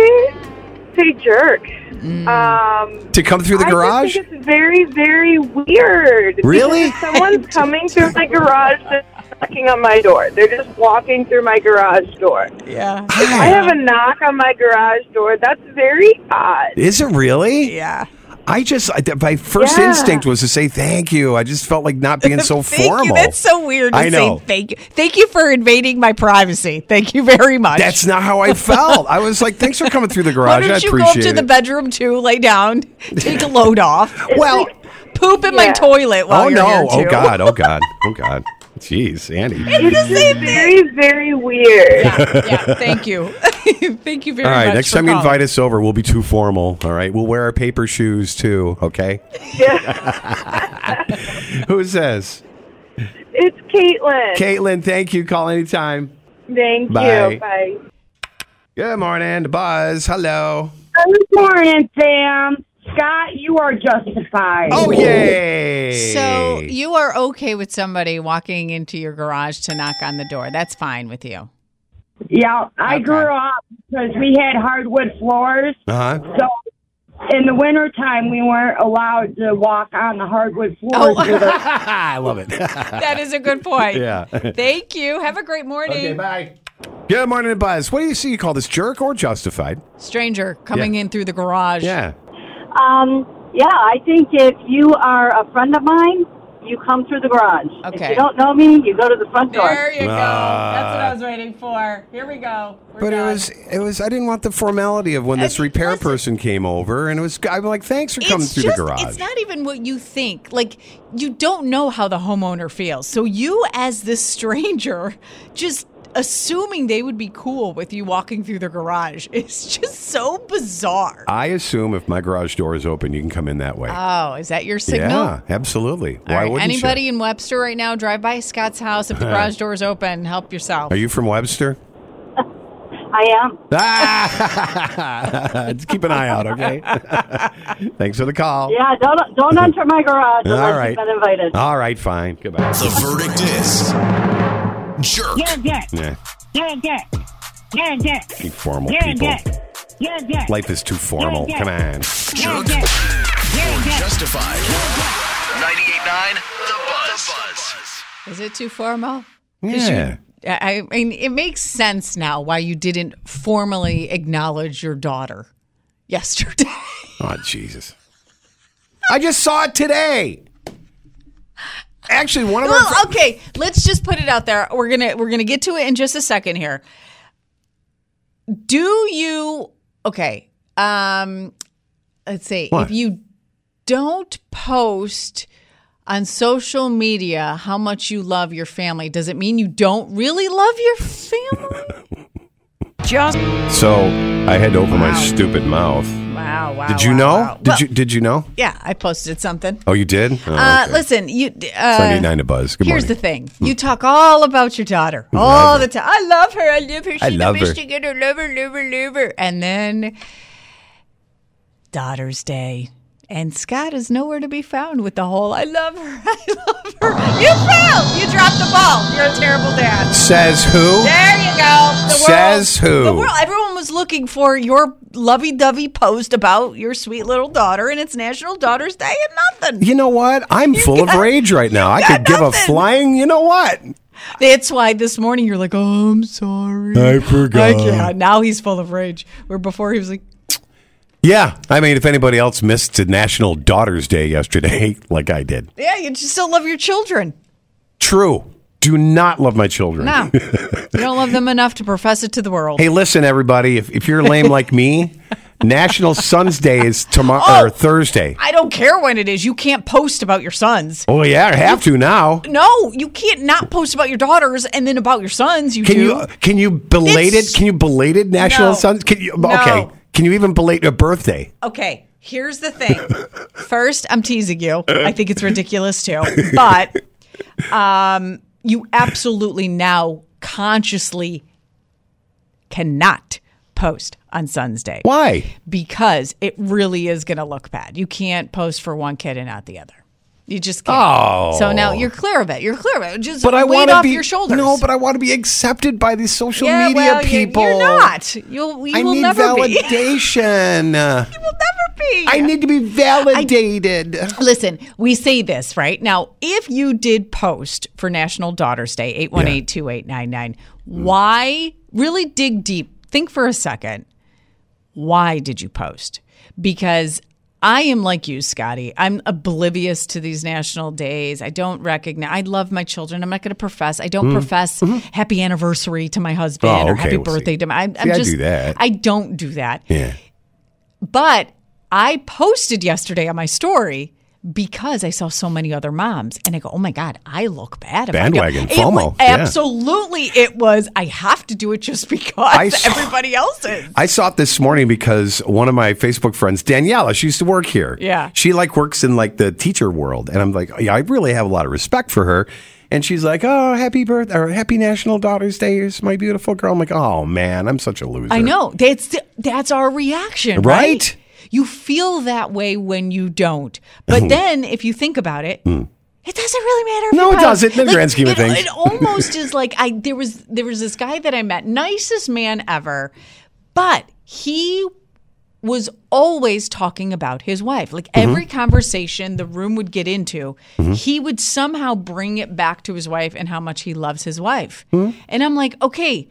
S8: say jerk.
S3: Mm.
S8: Um,
S2: To come through the
S8: I just
S2: garage?
S8: think it's very, very weird.
S2: Really?
S8: Because if Someone's coming through my garage. They're knocking on my door. They're just walking through my garage door.
S3: Yeah.
S8: If I have
S2: Ah.
S8: a knock on my garage door. That's very odd.
S2: Is it really?
S3: Yeah.
S2: I just I, my first
S8: Yeah.
S2: instinct was to say thank you. I just felt like not being so
S3: Thank
S2: formal.
S3: you. That's so weird. To
S2: I know.
S3: Say thank you. Thank you for invading my privacy. Thank you very much.
S2: That's not how I felt. I was like, "Thanks for coming through the
S3: Why
S2: garage. I
S3: don't you
S2: appreciate
S3: go up to
S2: it."
S3: the bedroom too, lay down, take a load off? well, poop in my toilet while
S2: oh
S3: you're
S2: no!
S3: here
S2: oh
S3: too.
S2: god! Oh god! Oh god! Jeez, Andy.
S8: It's just very, very weird.
S3: Thank you. Thank you very
S2: All
S3: much.
S2: right, next
S3: for
S2: time you
S3: calling.
S2: invite us over, we'll be too formal. All right, we'll wear our paper shoes too. Okay. Who's this?
S8: It's Caitlin.
S2: Caitlin, thank you. Call anytime.
S8: Thank
S2: Bye.
S8: you. Bye.
S2: Good morning, Buzz. Hello.
S15: Good morning, Sam. Scott, you are justified.
S2: Oh yay!
S3: So you are okay with somebody walking into your garage to knock on the door? That's fine with you.
S15: Yeah, I grew up because we had hardwood floors.
S2: Uh huh.
S15: So in the wintertime, we weren't allowed to walk on the hardwood floors.
S3: Oh.
S15: with our-
S2: I love it.
S3: That is a good point.
S2: Yeah.
S3: Thank you. Have a great morning.
S2: Okay, bye. Good morning, Buzz. What do you see? You call this jerk or justified?
S3: Stranger coming in through the garage.
S2: Yeah.
S16: Um, yeah, I think if you are a friend of mine, you come through the garage. If
S3: Okay.
S16: you don't know me, you go to the front door.
S3: There you go. That's what
S2: Ah.
S3: I was waiting for. Here we go. We're
S2: But it
S3: done.
S2: was it was I didn't want the formality of when this repair person came over and it was I'm like thanks for coming
S3: It's
S2: through
S3: just-
S2: the garage.
S3: It's not even what you think. Like you don't know how the homeowner feels. So you, as this stranger, just assuming they would be cool with you walking through their garage is just so bizarre.
S2: I assume if my garage door is open, you can come in that way.
S3: Oh, is that your signal?
S2: Yeah, absolutely.
S3: All
S2: Why
S3: right,
S2: wouldn't
S3: Anybody
S2: you?
S3: in Webster right now, drive by Scott's house. If the garage door is open, help yourself.
S2: Are you from Webster?
S16: I am.
S2: Ah! Keep an eye out, okay? thanks for the call.
S16: Yeah, don't don't enter my garage
S2: All
S16: unless
S2: right.
S16: you've been invited.
S2: All right, fine. Goodbye.
S1: The verdict is jerk.
S2: Nah,
S16: Yeah, yeah. Yeah, yeah.
S2: you formal
S16: Yeah,
S2: people.
S16: yeah.
S9: Yeah, yeah.
S2: Life is too formal.
S9: Yeah, yeah.
S2: Come on.
S1: Jerk or justified. 98.9 The Buzz.
S3: Is it too formal? 'Cause you-
S2: Yeah.
S3: I I mean, it makes sense now why you didn't formally acknowledge your daughter yesterday.
S2: Oh Jesus! I just saw it today. Actually, one of our
S3: Well, okay, let's just put it out there. We're gonna we're gonna get to it in just a second here. Do you okay? Um, let's see.
S14: What?
S3: If you don't post on social media how much you love your family, does it mean you don't really love your family? just
S2: So I had to open my stupid mouth.
S3: wow, wow.
S2: did you
S3: wow,
S2: know?
S3: wow.
S2: Did
S3: Well,
S2: you Did you know?
S3: Yeah, I posted something.
S2: Oh, you did. Oh,
S3: Uh,
S2: okay.
S3: listen, you. Uh,
S2: Sunday nine to buzz. Good
S3: Here's
S2: morning.
S3: the
S2: Hmm.
S3: thing. You talk all about your daughter
S2: I
S3: all
S2: love
S3: the time. I love her. I love her. She's
S2: I love
S3: the best
S2: her.
S3: to get her. Love her, love her, love her. And then Daughter's Day. And Scott is nowhere to be found with the whole I love her. I love her. You failed. You dropped the ball. You're a terrible dad.
S2: Says who?
S3: There you go. The world-
S2: Says who?
S3: The world, everyone was looking for your lovey dovey post about your sweet little daughter, and it's National Daughter's Day and nothing.
S2: You know what? I'm full of rage right now. I could give a flying. You know what?
S3: That's why this morning you're like, oh, I'm sorry.
S2: I forgot.
S3: can't." Now he's full of rage. Where before he was like,
S2: Yeah, I mean, if anybody else missed the National Daughters Day yesterday, like I did,
S3: yeah, you just still love your children.
S2: true. Do not love my children.
S3: No. You don't love them enough to profess it to the world.
S2: Hey, listen, everybody. If, if you're lame like me, National Sons Day is tomorrow
S3: Oh!
S2: or Thursday.
S3: I don't care when it is. You can't post about your sons.
S2: Oh yeah, I have to now.
S3: No, you can't not post about your daughters and then about your sons. You
S2: Can
S3: do.
S2: you can you belated
S3: It's-
S2: can you belated National
S3: No.
S2: Sons? Can you
S3: No.
S2: okay? Can you even belate a birthday?
S3: Okay, here's the thing. First, I'm teasing you. I think it's ridiculous too, but um, you absolutely now consciously cannot post on Sun's Day.
S2: Why?
S3: Because it really is going to look bad. You can't post for one kid and not the other. You just can't.
S2: Oh.
S3: So now you're clear of it. You're clear of it. Just
S2: But I
S3: weight
S2: wanna
S3: off
S2: be-
S3: your shoulders.
S2: No, but I want to be accepted by these social
S3: yeah,
S2: media
S3: well, you-
S2: people.
S3: You're not. You'll, you
S2: I
S3: will
S2: need
S3: never be.
S2: validation.
S3: I
S2: need to be validated.
S3: listen, we say this, right? Now, if you did post for National Daughters Day, 818 2899, why really dig deep? Think for a second. Why did you post? Because I am like you, Scotty. I'm oblivious to these national days. I don't recognize. I love my children. I'm not going to profess. I don't
S14: Mm.
S3: profess happy anniversary to my husband
S14: Oh,
S3: or
S14: okay,
S3: happy
S14: well, see.
S3: birthday to my. I'm, I'm
S14: See, I
S3: just.
S14: do that.
S3: I don't do that.
S2: Yeah.
S3: But I posted yesterday on my story because I saw so many other moms, and I go, "Oh my god, I look bad." if I don't."
S2: Bandwagon,
S3: It wa-
S2: FOMO, yeah.
S3: absolutely, it was. I have to do it just
S2: I
S3: because
S2: saw-
S3: everybody else is.
S2: I saw it this morning because one of my Facebook friends, Daniela, she used to work here.
S3: Yeah.
S2: She like works in like the teacher world. And I'm like, yeah, I really have a lot of respect for her. And she's like, oh, happy birth or happy National Daughter's Day is my beautiful girl. I'm like, oh man, I'm such a loser.
S3: I know that's that's our reaction, right?
S2: Right?
S3: You feel that way when you don't, but then if you think about it, it doesn't really matter. If
S2: Hmm. No,
S3: you
S2: it
S3: post.
S2: doesn't. In the
S3: Like,
S2: grand scheme of
S3: it-
S2: things.
S3: it almost is like I there was there was this guy that I met, nicest man ever, but he was always talking about his wife. Like
S2: Mm-hmm.
S3: every conversation the room would get into, he would somehow bring it back to his wife and how much he loves his wife.
S2: Hmm.
S3: And I'm like, okay,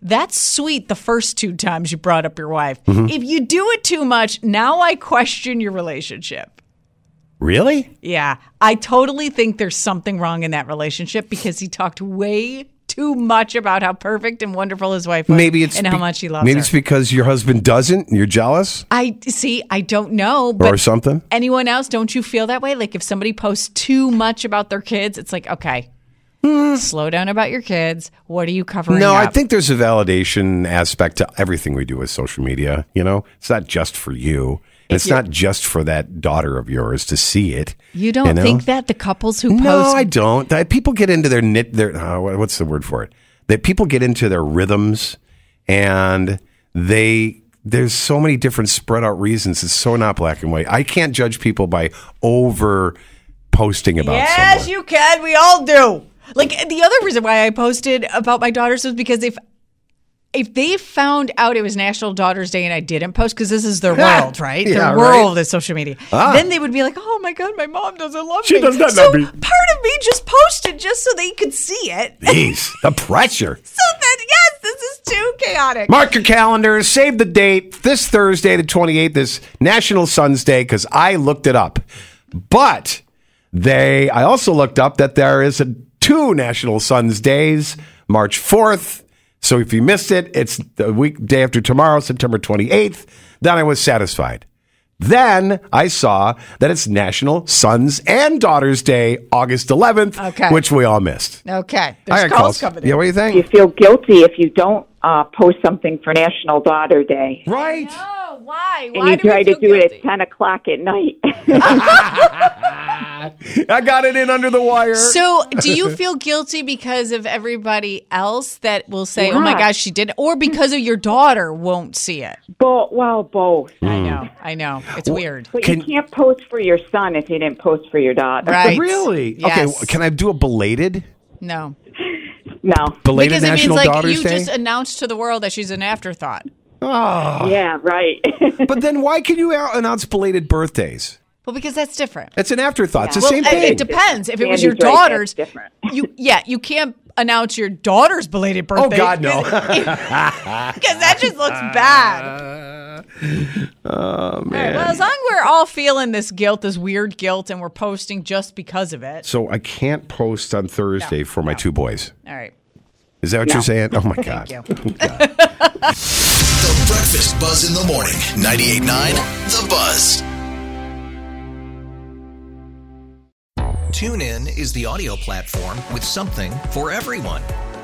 S3: that's sweet the first two times you brought up your wife.
S2: Mhm.
S3: If you do it too much, now I question your relationship.
S2: Really?
S3: Yeah, I totally think there's something wrong in that relationship because he talked way too much about how perfect and wonderful his wife was
S2: Maybe it's
S3: and how
S2: be-
S3: much he loves
S2: Maybe
S3: her.
S2: it's because your husband doesn't and you're jealous
S3: I see, I don't know, but
S2: or something.
S3: anyone else don't you feel that way like if somebody posts too much about their kids it's like okay slow down about your kids what are you covering
S2: Hmm. No, I
S3: up?
S2: think there's a validation aspect to everything we do with social media. You know, it's not just for you. And
S3: If
S2: it's
S3: you-
S2: not just for that daughter of yours to see it.
S3: you don't
S2: know?
S3: think that the couples who
S2: No,
S3: post
S2: I don't. I, people get into their knit. Their uh, what- what's the word for it? That people get into their rhythms, and they there's so many different spread out reasons. It's so not black and white. I can't judge people by over posting about
S3: yes
S2: someone.
S3: you can we all do like the other reason why i posted about my daughters was because if if they found out it was National Daughters Day and I didn't post, because this is their
S17: Yeah.
S3: world, right?
S17: Yeah,
S3: their
S17: right.
S3: world is social media.
S17: Ah.
S3: Then they would be like, oh my God, my mom doesn't love
S17: She
S3: me.
S17: does not
S3: so
S17: love me.
S3: part of me just posted just so they could see it.
S2: Jeez, the pressure.
S3: So then, yes, this is too chaotic.
S2: Mark your calendars, save the date. This Thursday, the 28th, is National Sun's Day because I looked it up. But they, I also looked up that there is a two National Sun's Days, March 4th. So if you missed it, it's the week day after tomorrow, September 28th. Then I was satisfied. Then I saw that it's National Sons and Daughters Day, August 11th,
S3: Okay.
S2: which we all missed.
S3: Okay.
S2: I
S3: There's
S2: got
S3: calls,
S2: calls.
S3: coming in.
S2: Yeah, what do you think?
S14: You feel guilty if you don't uh, post something for National Daughter Day.
S2: Right.
S3: Oh, why?
S14: And you try to do it at 10 o'clock at night.
S2: I got it in under the wire.
S3: So, do you feel guilty because of everybody else that will say, "Oh my
S14: Yeah.
S3: gosh, she did," it," or because of your daughter won't see it?
S14: Bo- well, both.
S3: I
S2: Hmm.
S3: know, I know, it's weird.
S14: But you can't post for your son if you didn't post for your daughter.
S3: Right.
S2: Really? Okay.
S3: Yes.
S2: w- Can I do a belated?
S3: No,
S14: No.
S2: Belated
S3: because it means
S2: National
S3: like
S2: Daughters
S3: you
S2: Day.
S3: just uh, announced to the world that she's an afterthought.
S2: oh.
S14: Yeah, right.
S2: but then why can you out- announce belated birthdays?
S3: Well, because that's different.
S2: It's an
S14: Uh,
S2: afterthought. It's the
S3: Well,
S2: same
S3: it-
S2: thing.
S3: It depends. If it
S14: Andy's
S3: was your
S14: right, that's
S3: daughter's, you yeah, you can't announce your daughter's belated birthday.
S2: Oh God, no.
S3: because that just looks bad.
S2: oh
S3: All right,
S2: man.
S3: well, as long as we're all feeling this guilt, this weird guilt, and we're posting just because of it.
S2: so I can't post on Thursday for my two boys.
S3: All right.
S2: Is that what
S3: No.
S2: you're saying? Oh my
S3: Thank
S2: God.
S1: The Breakfast Buzz in the morning. 98.9 The Buzz.
S10: TuneIn is the audio platform with something for everyone.